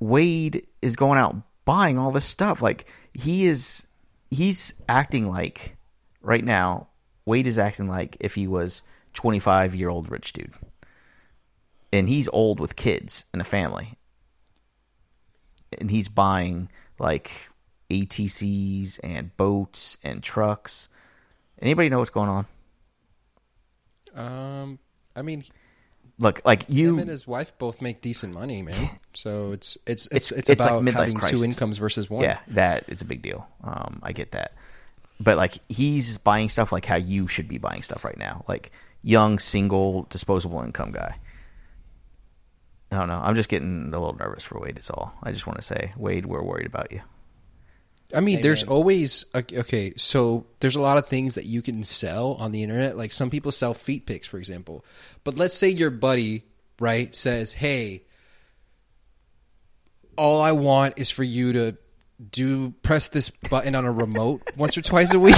Wade is going out buying all this stuff. Like he is, he's acting like right now. Wade is acting like if he was twenty five year old rich dude, and he's old with kids and a family, and he's buying like ATCs and boats and trucks. Anybody know what's going on?
Um, I mean,
Look, like you,
him and his wife both make decent money, man. So it's it's it's it's,
it's like
about
midlife
having
crisis.
two incomes versus one.
Yeah, that is a big deal. Um, I get that. but like he's buying stuff like how you should be buying stuff right now, like young, single, disposable income guy. I don't know. I'm just getting a little nervous for Wade. Is all. I just want to say, Wade, we're worried about you.
I mean, there's always okay- okay. So there's a lot of things that you can sell on the internet. Like some people sell feet pics, for example. But let's say your buddy right says, "Hey, all I want is for you to do press this button on a remote [LAUGHS] once or twice a week."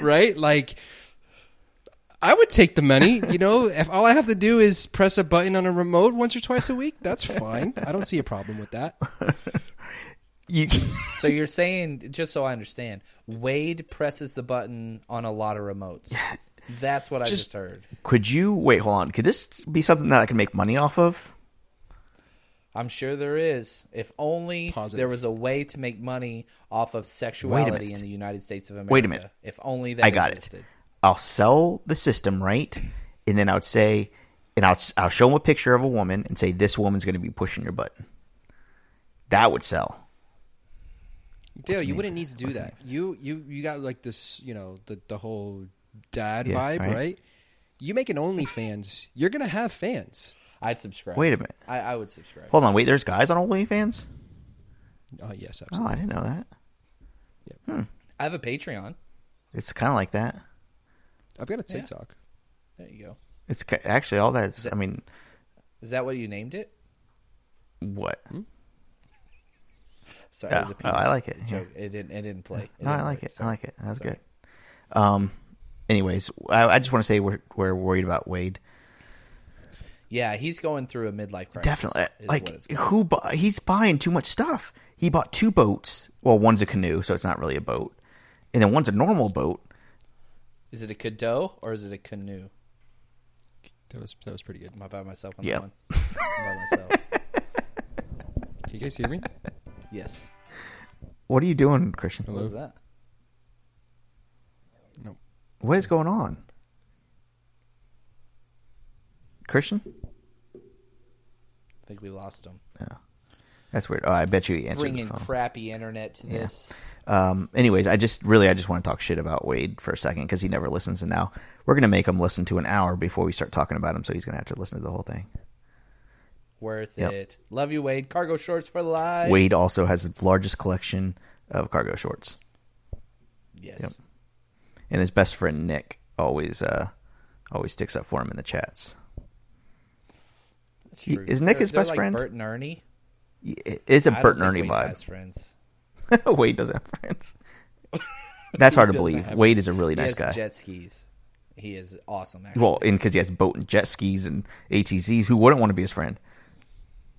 right? Like I would take the money, you know, if all I have to do is press a button on a remote once or twice a week, that's fine. I don't see a problem with that.
You,
So you're saying, just so I understand, Wade presses the button on a lot of remotes. That's what I just heard.
could you wait? Hold on. Could this be something that I can make money off of?
I'm sure there is. If only
Positive.
there was a way to make money off of sexuality in
minute.
the United States of America.
Wait a minute.
If only that
I got
existed.
it. I'll sell the system, right? And then I would say, and I'll I'll show them a picture of a woman and say, this woman's going to be pushing your button. That would sell.
Dale, you wouldn't need to do that. You you you got like this, you know, the the whole dad
Yeah,
vibe,
right.
right? You make an OnlyFans, you're gonna have fans.
I'd subscribe.
Wait a minute.
I, I would subscribe.
Hold on. Wait, there's guys on OnlyFans.
Oh yes,
Oh,
absolutely.
I didn't know that.
I have a Patreon.
It's kind of like that. Oh,
I've got a TikTok.
There you go.
It's ki- actually all that's. I mean,
Is that what you named it?
what?
Hmm?
Oh,
Sorry,
Yeah.
it was a
Oh, I
penis
like it, yeah.
Joke. It didn't. It didn't play.
No, I
didn't
like
work,
it. I
sorry.
like it. That's
Sorry.
good. Um. Anyways, I, I just want to say we're we're worried about Wade.
Yeah, he's going through a midlife crisis.
Definitely.
is what it's
Like
called.
who bu- he's buying too much stuff. He bought two boats. Well, one's a canoe, so it's not really a boat. And then one's a normal boat.
is it a cadeau or is it a canoe?
That was that was pretty good.
Am I by myself on
Yeah.
that one? I'm
[LAUGHS]
by myself.
Can you guys hear me?
Yes.
What are you doing, Christian?
What was that?
What is going on? Christian?
I think we lost him.
That's weird. Oh, I bet you he answered
Bringing
the phone.
crappy internet to this.
um, anyways, I just really I just want to talk shit about Wade for a second because he never listens, and now we're gonna make him listen to an hour before we start talking about him, so he's gonna have to listen to the whole thing.
Worth
Yep.
it. Love you, Wade. Cargo shorts for life.
Wade also has the largest collection of cargo shorts.
Yes.
Yep. and his best friend Nick always uh always sticks up for him in the chats.
That's
He-
true.
is Nick
They're-
his
they're
best
like
friend?
Bert and Ernie.
It- It's a
I
Bert
don't
and Ernie
think Wade has
vibe.
friends.
[LAUGHS] Wade doesn't have friends. That's hard to believe. Wade is a really
He
nice
has
guy.
jet skis. He is awesome. Actually.
well, and because he has boat and jet skis and ATCs, who wouldn't want to be his friend?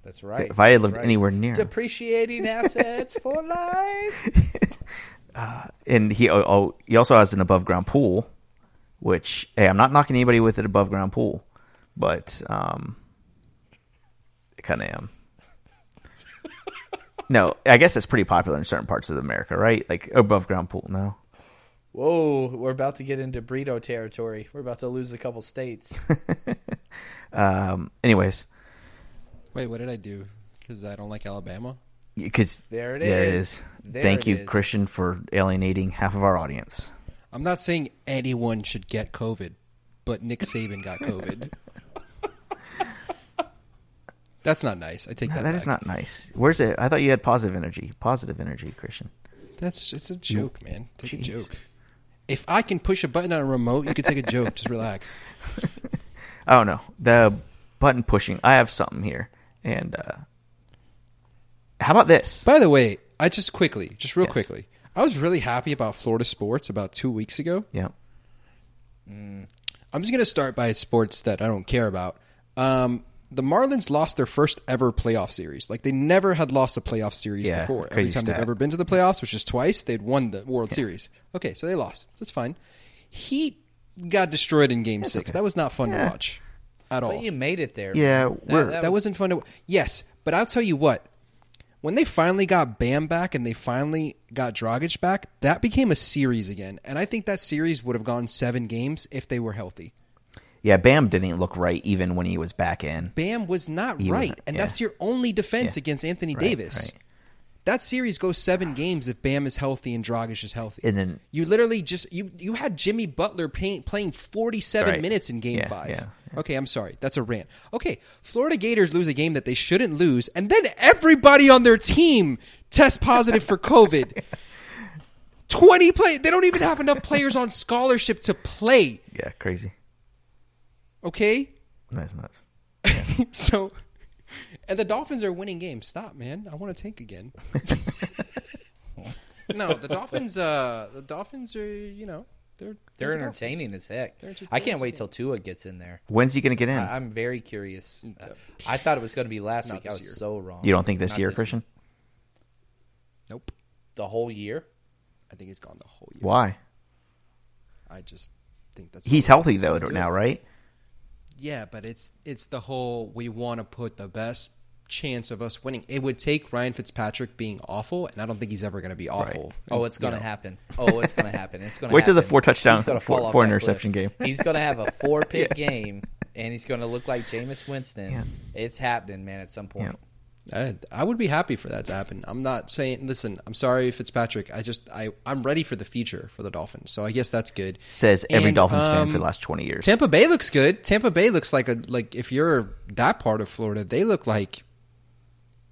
that's right.
if I had
That's
lived
right.
anywhere near him.
depreciating assets
[LAUGHS]
for life.
And he oh, oh, he also has an above ground pool, which hey, I'm not knocking anybody with an above ground pool, but um, I kind of
[LAUGHS]
am. no, I guess it's pretty popular in certain parts of America, right? Like above ground pool. No,
Whoa, we're about to get into burrito territory. We're about to lose a
[LAUGHS]
couple states.
anyways,
Wait, what did I do? Because I don't like Alabama.
because
There it is. There
Thank
it
you,
is.
Christian, for alienating half of our audience.
I'm not saying anyone should get COVID, but Nick Saban got COVID. That's not nice. I take that.
That is
back.
not nice. Where's it? I thought you had positive energy. Positive energy, Christian.
That's it's a joke, man. Take a joke. If I can push a button on a remote, you could take a joke. Just relax.
Oh no, the button pushing. I have something here, and uh, how about this?
By the way, I just quickly, just real
Yes.
quickly, I was really happy about Florida sports about two weeks ago.
yeah,
I'm just gonna start by sports that I don't care about. Um, the Marlins lost their first ever playoff series. Like they never had lost a playoff series
Yeah,
before. Every
crazy
time
stat.
they've ever been to the playoffs, which is twice, they'd won the World Series. Okay, so they lost. That's fine. Heat got destroyed in Game Six. That was not fun to watch at all.
but you made it there.
yeah.
man.
we're
that
that wasn't fun to. Yes, but I'll tell you what. When they finally got Bam back and they finally got Dragic back, that became a series again. And I think that series would have gone seven games if they were healthy.
yeah. Bam didn't look right even when he was back in.
Bam was not
He was
right,
not-
and
yeah.
that's your only defense
Yeah.
against Anthony
Right,
Davis.
right.
That series goes seven games if Bam is healthy and Dragic is healthy.
And then-
you literally just you you had Jimmy Butler pay, playing forty seven
Right.
minutes in Game
Yeah,
Five.
yeah,
Okay, I'm sorry, that's a rant. Okay, Florida Gators lose a game that they shouldn't lose, and then everybody on their team tests positive
[LAUGHS]
for COVID. Twenty play. They don't even have enough players on scholarship to play.
Yeah, crazy.
Okay,
That's nuts.
[LAUGHS] so, and the Dolphins are winning games. Stop, man. I want to tank
[LAUGHS]
again. no, the Dolphins. Uh, the Dolphins are you know they're
They're
the Dolphins.
entertaining as heck.
entertaining
I can't
as
wait till Tua gets in there.
When's he going to get in?
I, I'm very curious. Uh, I thought it was going to be last
Not
week. I
this
was
year.
so wrong.
you don't think this
Not
year,
week.
Christian?
Nope.
The whole year?
I think he's gone the whole year.
Why?
I just think that's
He's
how-
healthy though now, right?
Yeah, but it's it's the whole we want to put the best chance of us winning. It would take Ryan Fitzpatrick being awful, and I don't think he's ever going to be awful.
Oh, it's going to happen. Oh, it's going to happen. It's going
[LAUGHS]
to
Wait till the
happen.
four touchdown,
He's gonna
four-
fall off
four
that
interception
cliff.
game.
He's going to have a four
[LAUGHS]
pick game, and he's going to look like Jameis Winston.
Yeah.
It's happening, man. At some point.
I, I would be happy for that to happen. I'm not saying. Listen, I'm sorry, Fitzpatrick. I just I I'm ready for the future for the Dolphins. So I guess that's good.
Says every
And,
Dolphins fan
um,
for the last twenty years.
Tampa Bay looks good. Tampa Bay looks like a like if you're that part of Florida, they look like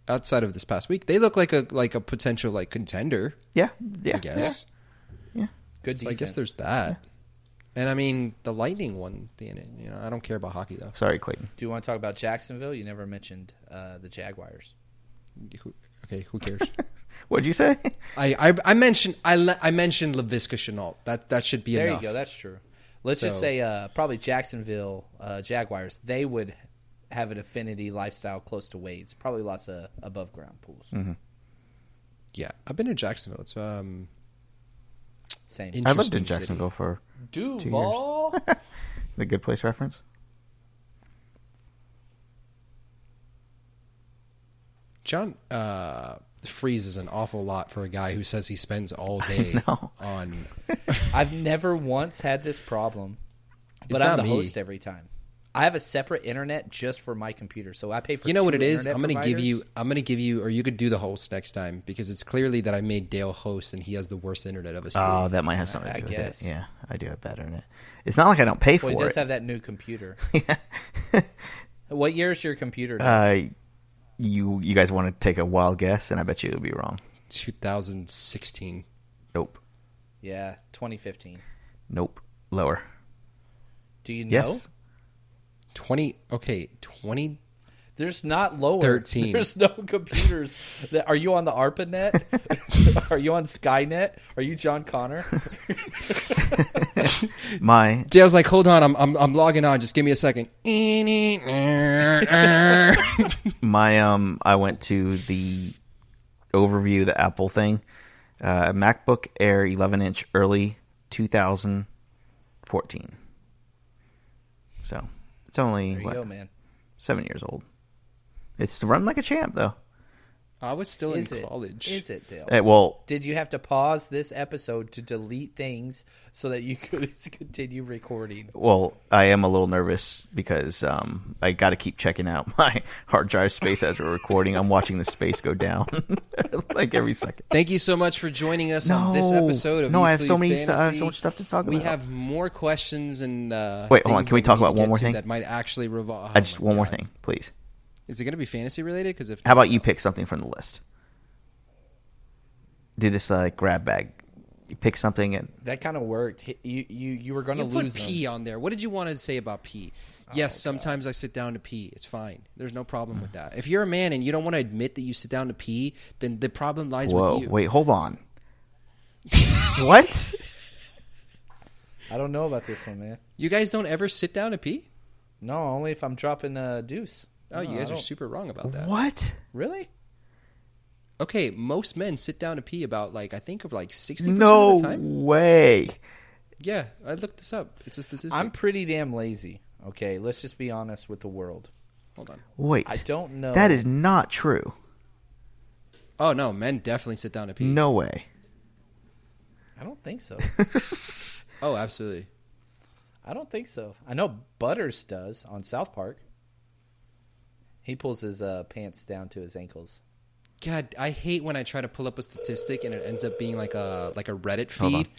outside of this past week, they look like a like a potential like contender.
yeah, yeah,
I guess.
Good.
So I guess
defense.
there's that. And I mean the Lightning won the end. You know, I don't care about hockey though.
yeah. Sorry, Clayton.
Do you want to talk about Jacksonville? You never mentioned uh, the Jaguars.
Who- Okay, who cares?
What'd you
[LAUGHS]
say?
I, I I mentioned I le- I mentioned Lavisca Chenault. That that should be
There
enough.
you go. That's true. Let's just
So-
say uh, probably Jacksonville uh, Jaguars. They would have an affinity lifestyle close to Wade's. Probably lots of above ground pools.
Mm-hmm. yeah, I've been in Jacksonville. It's um
Same.
In-
I lived in
Interesting city.
Jacksonville for
Duval.
the Good Place reference.
John uh, Freeze is an awful lot for a guy who says he spends all day on.
[LAUGHS] I've never once had this problem, but
It's
I'm
not
the
me.
host every time. I have a separate internet just for my computer, so I pay for.
You know what it
two
is?
internet
I'm going to give
providers.
you. I'm going to give you, or you could do the host next time because it's clearly that I made Dale host and he has the worst internet of us.
Oh,
three.
that might have something to
I
do
guess.
with it. Yeah, I do have bad internet. It's not like I don't pay
Well,
for
he does
it.
have that
[LAUGHS]
new computer. what year is your computer? now?
uh, you you guys want to take a wild guess, and I bet you it'll be wrong.
2016.
Nope,
yeah, 2015.
nope, lower.
Do you know?
Yes,
20. Okay, 20.
There's not lower.
13.
There's no [LAUGHS] computers. that Are you on the ARPANET? are you on Skynet? Are you John Connor?
my
Dale's like, hold on, I'm I'm, I'm logging on. Just give me a second. yeah,
my um I went to the overview the Apple thing. Uh MacBook Air 11 inch early 2014. So, it's only
There you
what,
go, man.
7 years old. It's run like a champ though.
I was still
Is
in
it?
college.
Is it Dale?
Eh, well,
Did you have to pause this episode to delete things so that you [LAUGHS] could continue recording?
well, I am a little nervous because um I got to keep checking out [LAUGHS] my hard drive space as we're recording. I'm watching the space go down [LAUGHS] like every second.
Thank you so much for joining us on this
No.
episode of
No, I have
Easily
so many- I have so
Fantasy.
much stuff to talk
We
about.
have more questions and uh,
Wait, hold on.
things
Can we
that
talk
need to
about one
get
more
to
thing?
that might actually revolve?
I just one more thing, please.
Is it going to be fantasy related? Because if
How about you pick something from the list? Do this like grab bag. You pick something and
That kind of worked. He- You you you were going to
you put
lose them.
pee on there, what did you want to say about pee?
Oh
Yes, sometimes I sit down to pee. It's fine. There's no
Mm.
problem with that. If you're a man and you don't want to admit that you sit down to pee, then the problem lies
whoa,
with you.
wait, hold
[LAUGHS]
on. what?
I don't know about this one, man.
You guys don't ever sit down to pee?
No, only if I'm dropping a deuce.
Oh,
No,
you guys
I
are
don't-
super wrong about that.
What?
really.
Okay, most men sit down to pee about like I think of like sixty percent
No
of the time.
way.
Yeah, I looked this up. It's a statistic.
I'm pretty damn lazy. Okay, let's just be honest with the world.
Hold on.
Wait.
I don't know.
That is not true.
Oh no, men definitely sit down to pee.
No way.
I don't think so.
Oh, absolutely.
I don't think so. I know Butters does on South Park. He pulls his uh, pants down to his ankles.
God, I hate when I try to pull up a statistic and it ends up being like a like a Reddit
Hold on.
feed,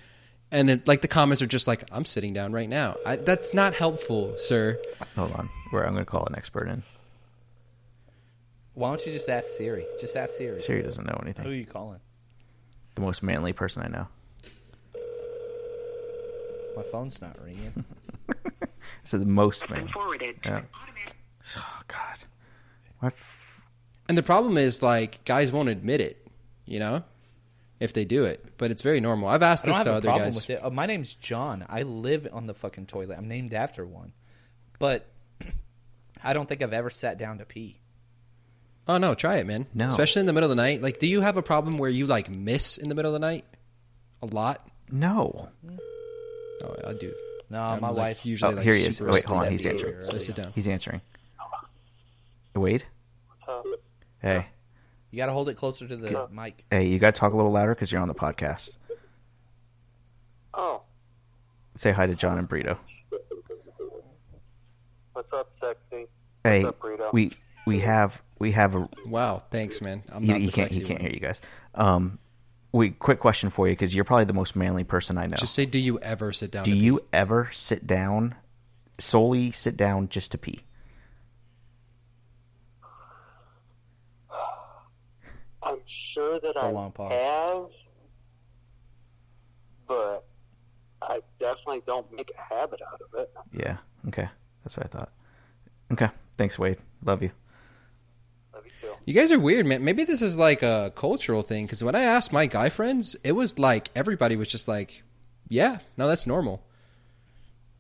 and it, like the comments are just like, "I'm sitting down right now." I, that's not helpful, sir.
Hold on. Where I'm going to call an expert in.
Why don't you just ask Siri? Just ask Siri.
Siri doesn't know
Who are
anything.
you calling?
The most manly person I know.
My phone's not
[LAUGHS]
ringing.
So the most manly.
forwarded.
Yeah.
Automatic-
Oh God. My f-
And the problem is like guys won't admit it, you know, if they do it. But it's very normal. I've asked
I don't
this
have
to
a
other
problem
guys.
with it. Uh, my name's John. I live on the fucking toilet. I'm named after one, but [CLEARS THROAT] I don't think I've ever sat down to pee.
Oh no, try it, man.
No.
especially in the middle of the night. Like, do you have a problem where you like miss in the middle of the night a lot?
no.
Oh, I do.
No,
I'm,
my
like,
wife.
usually
Oh,
like
here he is.
super
Wait, hold on.
asleep.
He's answering.
So sit down.
He's answering. Wade. What's up? Hey,
You got to hold it closer to the mic.
hey, you gotta talk a little louder because you're on the podcast.
Oh,
Say hi to John and Brito.
what's up, sexy?
Hey,
up, Brito?
we we have we have a
Wow, thanks, man. I'm
you,
not
you
the
can't
sexy
you can't
one.
hear you guys. Um, we quick question for you because you're probably the most manly person I know.
Just say, do you ever sit down?
Do
to
you ever sit down solely sit down just to pee?
I'm sure that
a
I
long pause.
have, but I definitely don't make a habit out of it.
Yeah. Okay. That's what I thought. Okay. Thanks, Wade. Love you.
Love you too.
[LAUGHS] You guys are weird, man. Maybe this is like a cultural thing because when I asked my guy friends, it was like everybody was just like, "Yeah, no, that's normal."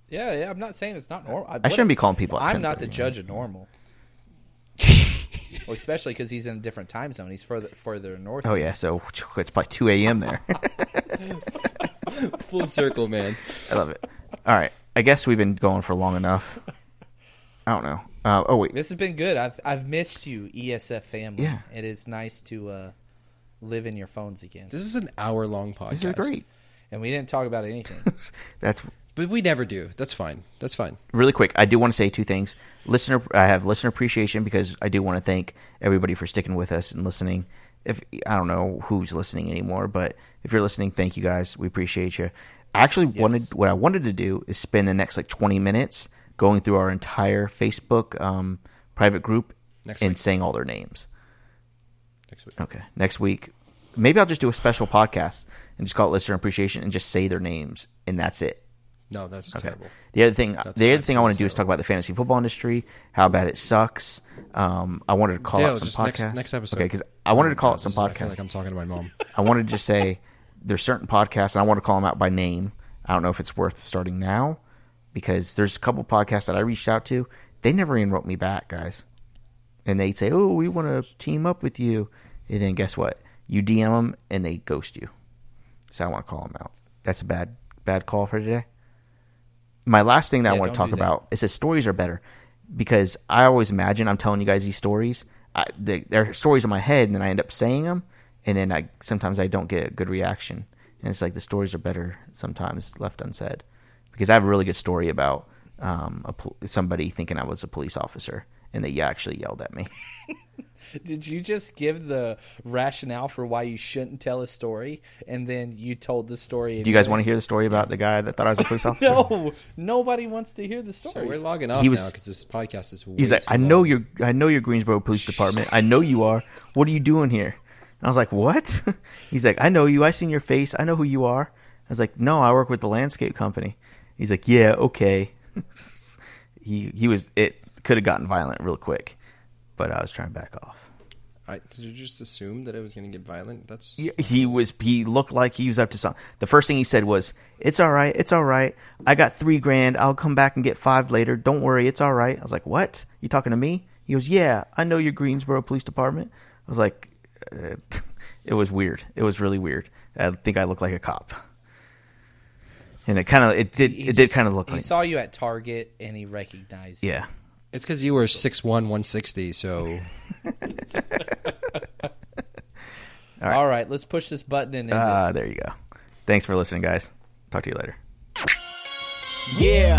Yeah, yeah. I'm not saying it's not normal.
I shouldn't be calling people. At
I'm not
10:30,
the
man.
judge of normal. well, especially because he's in a different time zone. He's further further north.
Oh yeah. So [LAUGHS] it's probably two a.m. [LAUGHS] there.
Full
[LAUGHS]
circle, man.
I love it. All right. I guess we've been going for long enough. I don't know. Uh, oh wait.
This has been good. I've I've missed you, ESF family.
Yeah.
It is nice to uh, live in your phones again.
This is an hour long podcast.
This is great.
And we didn't talk
[LAUGHS]
about anything.
That's
but we never do. That's fine. That's fine.
really quick, I do want to say two things. Listener, I have listener appreciation because I do want to thank everybody for sticking with us and listening. If I don't know who's listening anymore, but if you're listening, thank you guys. We appreciate you. I actually wanted what I wanted to do is spend the next like 20 minutes going through our entire Facebook um, private group
Next
and
week.
saying all their names.
Next week.
Okay, next week, maybe I'll just do a special podcast and just call it listener appreciation and just say their names and that's it.
No, that's terrible.
The other thing, the other thing I want to
absolutely
do is talk about the fantasy football industry, how bad it sucks. Um, I wanted to call
Dale,
out some
just next-
podcasts.
next episode.
okay? Because I wanted to call out
This
some
is- I feel like
podcasts.
I'm talking to my mom.
I wanted to just say there's certain podcasts, and I want to call them out by name. I don't know if it's worth starting now because there's a couple podcasts that I reached out to. They never even wrote me back, guys. And they say, "Oh, we want to team up with you," and then guess what? You DM them, and they ghost you. So I want to call them out. That's a bad bad call for today. My last thing that I
Yeah,
want
don't
to talk
do that.
about is that stories are better because I always imagine I'm telling you guys these stories. I, they, they're stories in my head, and then I end up saying them, and then I sometimes I don't get a good reaction, and it's like the stories are better sometimes left unsaid because I have a really good story about um, a, pol- somebody thinking I was a police officer and they actually yelled at me.
Did you just give the rationale for why you shouldn't tell a story, and then you told the story?
Do you guys want to hear the story about the guy that thought I was a
[LAUGHS]
police officer?
No, nobody wants to hear the story.
We're logging off
He was-
now because this podcast is. Way
He's like,
too
I know
long.
you're, I know you're Greensboro Police Department. I know you are. What are you doing here? And I was like, what? [LAUGHS] He's like, I know you. I seen your face. I know who you are. I was like, no, I work with the landscape company. He's like, yeah, okay. [LAUGHS] he he was it could have gotten violent real quick, but I was trying to back off.
I, did you just assume that it was going to get violent? That's
He- He was he looked like he was up to something. The first thing he said was, "It's all right. It's all right. I got three grand. I'll come back and get five later. Don't worry. It's all right." I was like, "What? You talking to me?" He goes, "Yeah. I know your Greensboro Police Department." I was like, uh, [LAUGHS] "It was weird. It was really weird. I think I look like a cop." And it kind of it did
He
it did
just-
kind of look
He
like
saw you at Target, and he recognized. you.
yeah.
It's because you were six one one sixty. So
All right. let's push this button and end it.
Ah, there you go. Thanks for listening, guys. Talk to you later.
Yeah.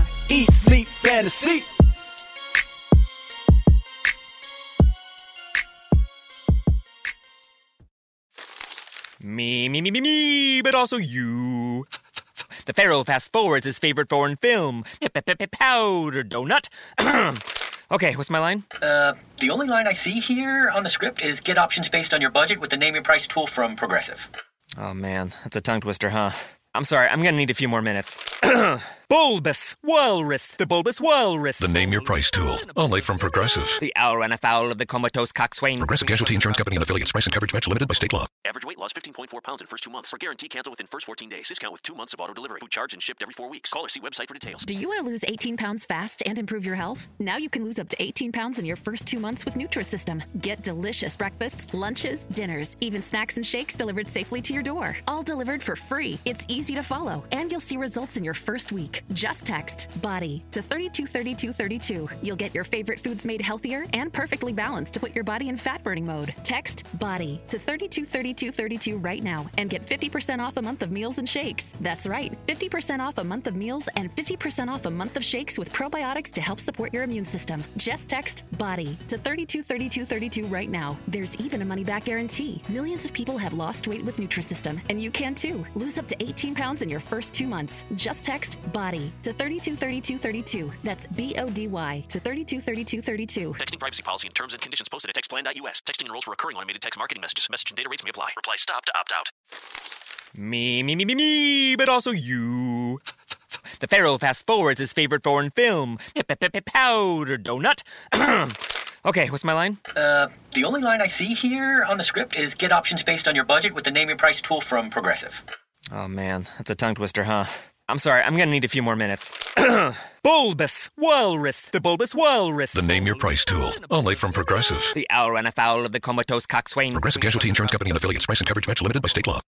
Eat, Sleep, Fantasy.
Me, me, me, me, me, but also you. The Pharaoh fast forwards his favorite foreign film, Powder Donut. [CLEARS THROAT] okay, what's my line?
Uh, the only line I see here on the script is get options based on your budget with the name your price tool from Progressive.
Oh man, that's a tongue twister, huh? I'm sorry, I'm gonna need a few more minutes. [CLEARS THROAT] bulbous Walrus, the Bulbous Walrus.
The Name Your Price tool. Only from Progressive.
The owl ran afoul of the comatose coxswain.
Progressive Casualty Insurance Company and affiliates. Price and coverage match limited by state law.
Average weight loss 15.4 pounds in first two months. Or guarantee cancel within first 14 days. Discount with two months of auto delivery. Food charged and shipped every four weeks. Call or see website for details.
Do you want to lose 18 pounds fast and improve your health? Now you can lose up to 18 pounds in your first two months with Nutrisystem. Get delicious breakfasts, lunches, dinners, even snacks and shakes delivered safely to your door. All delivered for free. It's easy to follow, and you'll see results in your first week. Just text BODY to 323232. You'll get your favorite foods made healthier and perfectly balanced to put your body in fat burning mode. Text BODY to 323232 right now and get 50% off a month of meals and shakes. That's right, 50% off a month of meals and 50% off a month of shakes with probiotics to help support your immune system. Just text BODY to 323232 right now. There's even a money back guarantee. Millions of people have lost weight with Nutrisystem, and you can too. Lose up to 18 pounds in your first two months. Just text BODY to 323232. That's B O D Y to 323232.
Texting privacy policy and terms and conditions posted at textplan.us. Texting enrolls for recurring automated text marketing messages. Message and data rates may apply. Reply stop to opt out.
Me, me, me, me, me, but also you. The Pharaoh fast forwards his favorite foreign film, Powder Donut. [CLEARS THROAT] okay, what's my line?
Uh, the only line I see here on the script is get options based on your budget with the name your price tool from Progressive.
Oh man, that's a tongue twister, huh? I'm sorry, I'm gonna need a few more minutes. [CLEARS THROAT] bulbous Walrus, the Bulbous Walrus.
The Name Your Price tool. Only from Progressive.
The owl ran afoul of the comatose coxswain.
Progressive Casualty Insurance Company and affiliates. Price and coverage match limited by state law.